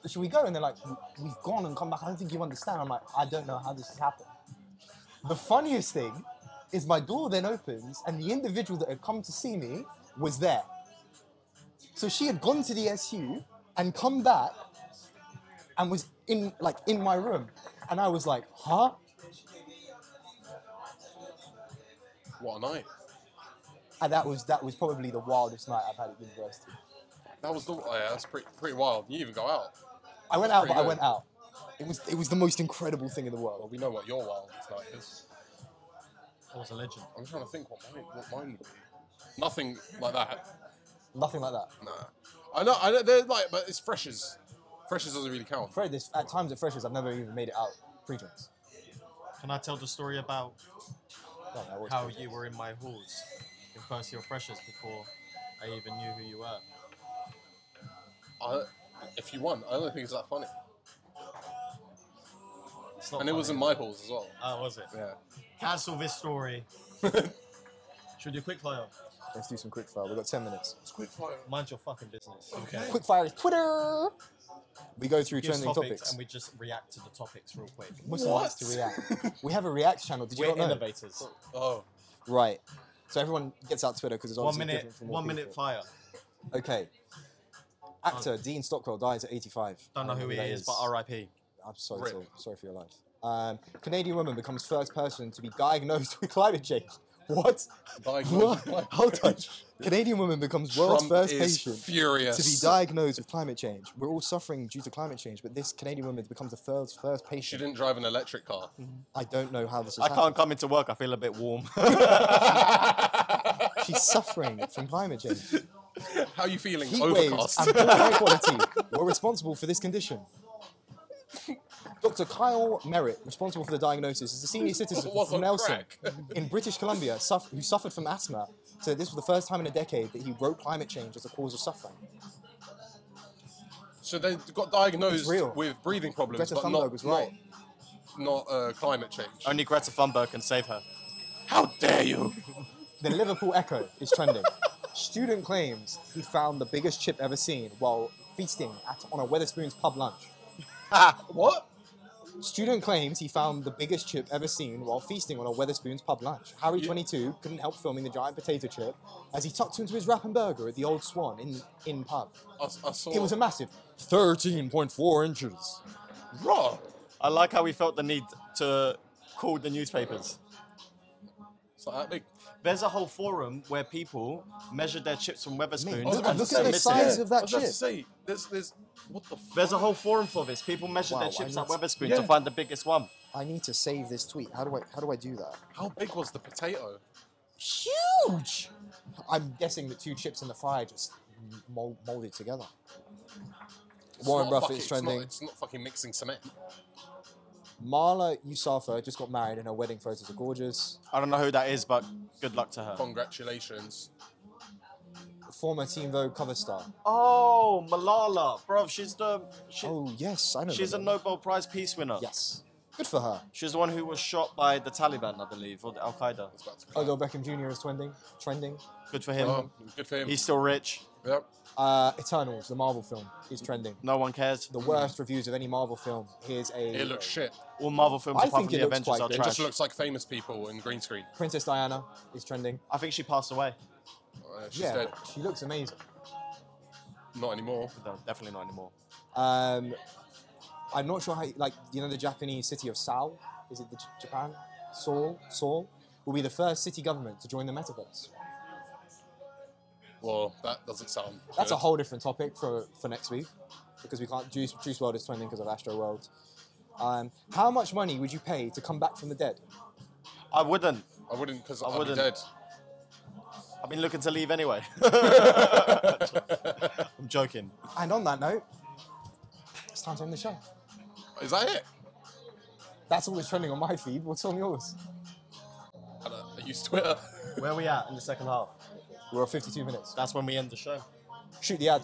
Speaker 3: should we go? And they're like, "We- we've gone and come back. I don't think you understand. I'm like, I don't know how this has happened. The funniest thing is my door then opens and the individual that had come to see me was there. So she had gone to the SU and come back and was in like in my room, and I was like, huh?
Speaker 2: What a night.
Speaker 3: And that was that was probably the wildest night I've had at university.
Speaker 2: That was the. oh, yeah, that's pretty pretty wild. You even go out.
Speaker 3: I went out,
Speaker 2: Pretty
Speaker 3: but I
Speaker 2: good.
Speaker 3: went out. It was it was the most incredible thing in the world.
Speaker 2: Well, we know what your wildest night is.
Speaker 1: I was a legend.
Speaker 2: I'm trying to think what mine what mine would be. Nothing like that.
Speaker 3: Nothing like that.
Speaker 2: Nah. I know. I know. They're like, but it's freshers. Freshers doesn't really count.
Speaker 3: Fred, this at times at freshers, I've never even made it out pre-drinks.
Speaker 1: Can I tell the story about
Speaker 3: No, that was
Speaker 1: how
Speaker 3: pre-drinks.
Speaker 1: you were in my halls in first year freshers before I even knew who you were?
Speaker 2: I, if you won, I don't think it's that funny.
Speaker 1: It's not
Speaker 2: and it
Speaker 1: funny.
Speaker 2: was in my halls as well.
Speaker 1: Oh, was it?
Speaker 2: Yeah.
Speaker 1: Cancel this story. Should we do quick fire?
Speaker 3: Let's do some quick fire. We've got 10 minutes.
Speaker 2: It's quick fire.
Speaker 1: Mind your fucking business.
Speaker 2: Okay.
Speaker 3: Quick fire is Twitter. We go through
Speaker 1: Gives
Speaker 3: trending
Speaker 1: topics,
Speaker 3: topics.
Speaker 1: and we just react to the topics real quick.
Speaker 3: Muslim
Speaker 2: What?
Speaker 3: likes to react. we have a react channel. Did you
Speaker 1: We're
Speaker 3: not know?
Speaker 1: innovators.
Speaker 2: Oh,
Speaker 3: Right. So everyone gets out Twitter because it's
Speaker 1: One
Speaker 3: obviously
Speaker 1: minute,
Speaker 3: different from all
Speaker 1: one minute
Speaker 3: people.
Speaker 1: fire.
Speaker 3: Okay. Actor Dean Stockwell dies at 85.
Speaker 1: Don't
Speaker 3: I
Speaker 1: know who he
Speaker 3: that
Speaker 1: is, but R.I.P.
Speaker 3: I'm
Speaker 2: Rip.
Speaker 3: sorry, to, sorry for your life. Um, Canadian woman becomes first person to be diagnosed with climate change. What?
Speaker 2: diagnosed.
Speaker 3: What? Hold on. Canadian woman becomes world's
Speaker 2: Trump
Speaker 3: first
Speaker 2: is
Speaker 3: patient
Speaker 2: furious.
Speaker 3: to be diagnosed with climate change. We're all suffering due to climate change, but this Canadian woman becomes the first first
Speaker 2: She
Speaker 3: patient.
Speaker 2: didn't drive an electric car.
Speaker 3: I don't know how this is.
Speaker 1: I can't come into work. I feel a bit warm.
Speaker 3: She's suffering from climate change.
Speaker 2: How are you feeling?
Speaker 3: Heat waves
Speaker 2: Overcast.
Speaker 3: and poor air quality were responsible for this condition. Dr. Kyle Merritt, responsible for the diagnosis, is a senior citizen
Speaker 2: Was
Speaker 3: from
Speaker 2: on
Speaker 3: Nelson
Speaker 2: crack.
Speaker 3: in British Columbia suff- who suffered from asthma. So this was the first time in a decade that he wrote climate change as a cause of suffering.
Speaker 2: so they got diagnosed
Speaker 3: It's real.
Speaker 2: with breathing problems,
Speaker 3: Greta
Speaker 2: but
Speaker 3: Thunberg
Speaker 2: not,
Speaker 3: was right.
Speaker 2: not, not uh, climate change.
Speaker 1: Only Greta Thunberg can save her.
Speaker 2: How dare you?
Speaker 3: The Liverpool Echo is trending. Student claims he found the biggest chip ever seen while feasting at, on a Weatherspoon's pub lunch.
Speaker 2: What?
Speaker 3: Student claims he found the biggest chip ever seen while feasting on a Weatherspoon's pub lunch. Harry,
Speaker 2: You-
Speaker 3: 22, couldn't help filming the giant potato chip as he tucked into his wrap and burger at the Old Swan in, in pub.
Speaker 2: I, I saw.
Speaker 3: It was a massive 13.4 inches.
Speaker 2: raw.
Speaker 1: I like how we felt the need to call the newspapers.
Speaker 2: It's like that big.
Speaker 1: There's a whole forum where people measure their chips from Weatherspoon.
Speaker 3: Mate,
Speaker 1: and
Speaker 3: look- look at the
Speaker 1: submit it.
Speaker 3: size of that
Speaker 2: I was about to
Speaker 3: chip.
Speaker 2: say, there's, there's, what the f-
Speaker 1: There's a whole forum for this. People measure
Speaker 3: Wow,
Speaker 1: their chips
Speaker 3: I
Speaker 1: at
Speaker 3: need-
Speaker 1: Weatherspoon to
Speaker 2: Yeah.
Speaker 1: find the biggest one.
Speaker 3: I need to save this tweet. How do I? How do I do that?
Speaker 2: how big was the potato?
Speaker 3: Huge. I'm guessing the two chips in the fry just mold, molded together.
Speaker 2: It's
Speaker 3: Warren
Speaker 2: not fucking-
Speaker 3: Buffett is
Speaker 2: it's not-
Speaker 3: trending.
Speaker 2: It's not, fucking mixing cement.
Speaker 3: Marla Yusafa just got married, and her wedding photos are gorgeous.
Speaker 1: I don't know who that is, but good luck to her.
Speaker 2: Congratulations.
Speaker 3: Former Team Vogue cover star.
Speaker 1: Oh, Malala, bruv, she's the she,
Speaker 3: Oh yes, I know.
Speaker 1: she's a
Speaker 3: that name.
Speaker 1: Nobel Prize peace winner.
Speaker 3: Yes, good for her.
Speaker 1: She's the one who was shot by the Taliban, I believe, or the Al Qaeda.
Speaker 2: It's about to clap.
Speaker 3: Odell Beckham Jr. is trending. Trending.
Speaker 1: Good for him.
Speaker 3: Um,
Speaker 2: Oh, good for him.
Speaker 1: He's still rich.
Speaker 2: Yep.
Speaker 3: Uh, Eternals, the Marvel film, is trending.
Speaker 1: No one cares.
Speaker 3: The worst reviews of any Marvel film. Here's a.
Speaker 2: It looks shit.
Speaker 1: All Marvel films
Speaker 3: I
Speaker 1: apart
Speaker 3: think
Speaker 1: from
Speaker 3: it
Speaker 1: the
Speaker 3: looks
Speaker 1: Avengers
Speaker 3: quite
Speaker 1: are
Speaker 3: good.
Speaker 2: It
Speaker 1: trash.
Speaker 2: just looks like famous people in green screen.
Speaker 3: Princess Diana is trending.
Speaker 1: I think she passed away.
Speaker 2: Uh, she's
Speaker 3: yeah,
Speaker 2: dead.
Speaker 3: she looks amazing.
Speaker 2: Not anymore.
Speaker 1: No, definitely not anymore.
Speaker 3: Um, I'm not sure how, like, you know, the Japanese city of Seoul? Is it the J- Japan? Seoul? Seoul? Will be the first city government to join the metaverse.
Speaker 2: Well, that doesn't sound.
Speaker 3: That's
Speaker 2: good.
Speaker 3: a whole different topic for, for next week because we can't. Juice, Juice World is trending because of Astro World. Um, how much money would you pay to come back from the dead?
Speaker 1: I wouldn't.
Speaker 2: I wouldn't because
Speaker 1: I
Speaker 2: I would be
Speaker 1: wouldn't.
Speaker 2: dead.
Speaker 1: I've been looking to leave anyway. I'm joking.
Speaker 3: And on that note, it's time to end the show.
Speaker 2: Is that it?
Speaker 3: That's all that's trending on my feed. What's on yours?
Speaker 2: I, don't- I use Twitter.
Speaker 1: Where are we at in the second half?
Speaker 3: We're at 52 minutes.
Speaker 1: That's when we end the show.
Speaker 3: Shoot the ad.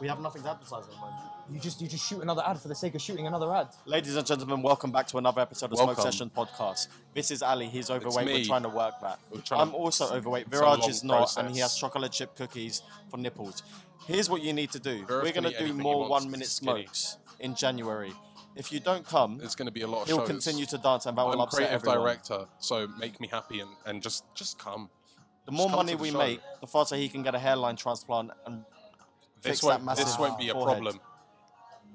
Speaker 1: We have nothing to advertise at the moment.
Speaker 3: You just you just shoot another ad for the sake of shooting another ad.
Speaker 1: Ladies and gentlemen, welcome back to another episode of
Speaker 2: Welcome.
Speaker 1: Smoke Session Podcast. This is Ali. He's overweight. We're
Speaker 2: me.
Speaker 1: trying to work that.
Speaker 2: We're trying
Speaker 1: I'm
Speaker 2: to-
Speaker 1: also overweight.
Speaker 2: it's a long
Speaker 1: Viraj is not, and he
Speaker 2: process.
Speaker 1: has chocolate chip cookies for nipples. Here's what you need to do.
Speaker 2: Viraj
Speaker 1: We're
Speaker 2: can
Speaker 1: going
Speaker 2: eat
Speaker 1: to do
Speaker 2: anything he
Speaker 1: more
Speaker 2: wants,
Speaker 1: one-minute
Speaker 2: 'cause he's skinny.
Speaker 1: smokes in January. If you don't come,
Speaker 2: There's going to be a lot of
Speaker 1: he'll
Speaker 2: shows.
Speaker 1: continue to dance, and that will
Speaker 2: I'm
Speaker 1: upset
Speaker 2: creative
Speaker 1: everyone.
Speaker 2: director, so make me happy and, and just just come.
Speaker 1: The more
Speaker 2: Just come
Speaker 1: money
Speaker 2: to the
Speaker 1: we
Speaker 2: show.
Speaker 1: make, the faster he can get a hairline transplant. And Fix
Speaker 2: This
Speaker 1: that
Speaker 2: won't
Speaker 1: massive
Speaker 2: this won't be a
Speaker 1: forehead.
Speaker 2: problem.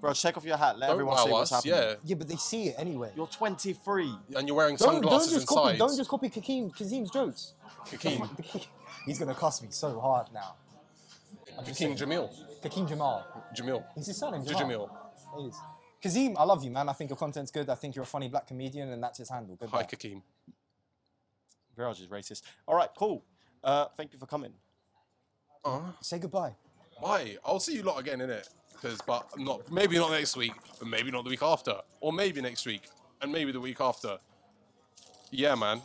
Speaker 1: bro, check off your hat. Let
Speaker 2: Don't
Speaker 1: everyone
Speaker 2: wow
Speaker 1: see what's
Speaker 2: us,
Speaker 1: happening.
Speaker 2: yeah.
Speaker 3: Yeah, but they see it anyway.
Speaker 1: You're 23.
Speaker 2: And you're wearing
Speaker 3: Don't, don't
Speaker 2: sunglasses
Speaker 3: just copy.
Speaker 2: inside.
Speaker 3: Don't just copy Kakeem Kazim's jokes.
Speaker 2: Kakeem,
Speaker 3: He's gonna cuss me so hard now.
Speaker 2: Kakeem Jamil,
Speaker 3: Kakeem Jamal.
Speaker 2: Jamil,
Speaker 3: He's his surname. Jamal.
Speaker 2: Jamil.
Speaker 3: It is. Kazim, I love you, man. I think your content's good. I think you're a funny black comedian, and that's his handle. Good.
Speaker 2: Hi
Speaker 3: luck.
Speaker 2: Kakeem.
Speaker 1: Viraj is racist. All right, cool. Uh, thank you for coming.
Speaker 2: Oh,
Speaker 3: Say goodbye.
Speaker 2: bye. I'll see you lot again in it. Because, but not maybe not next week, but maybe not the week after, or maybe next week, and maybe the week after. Yeah, man.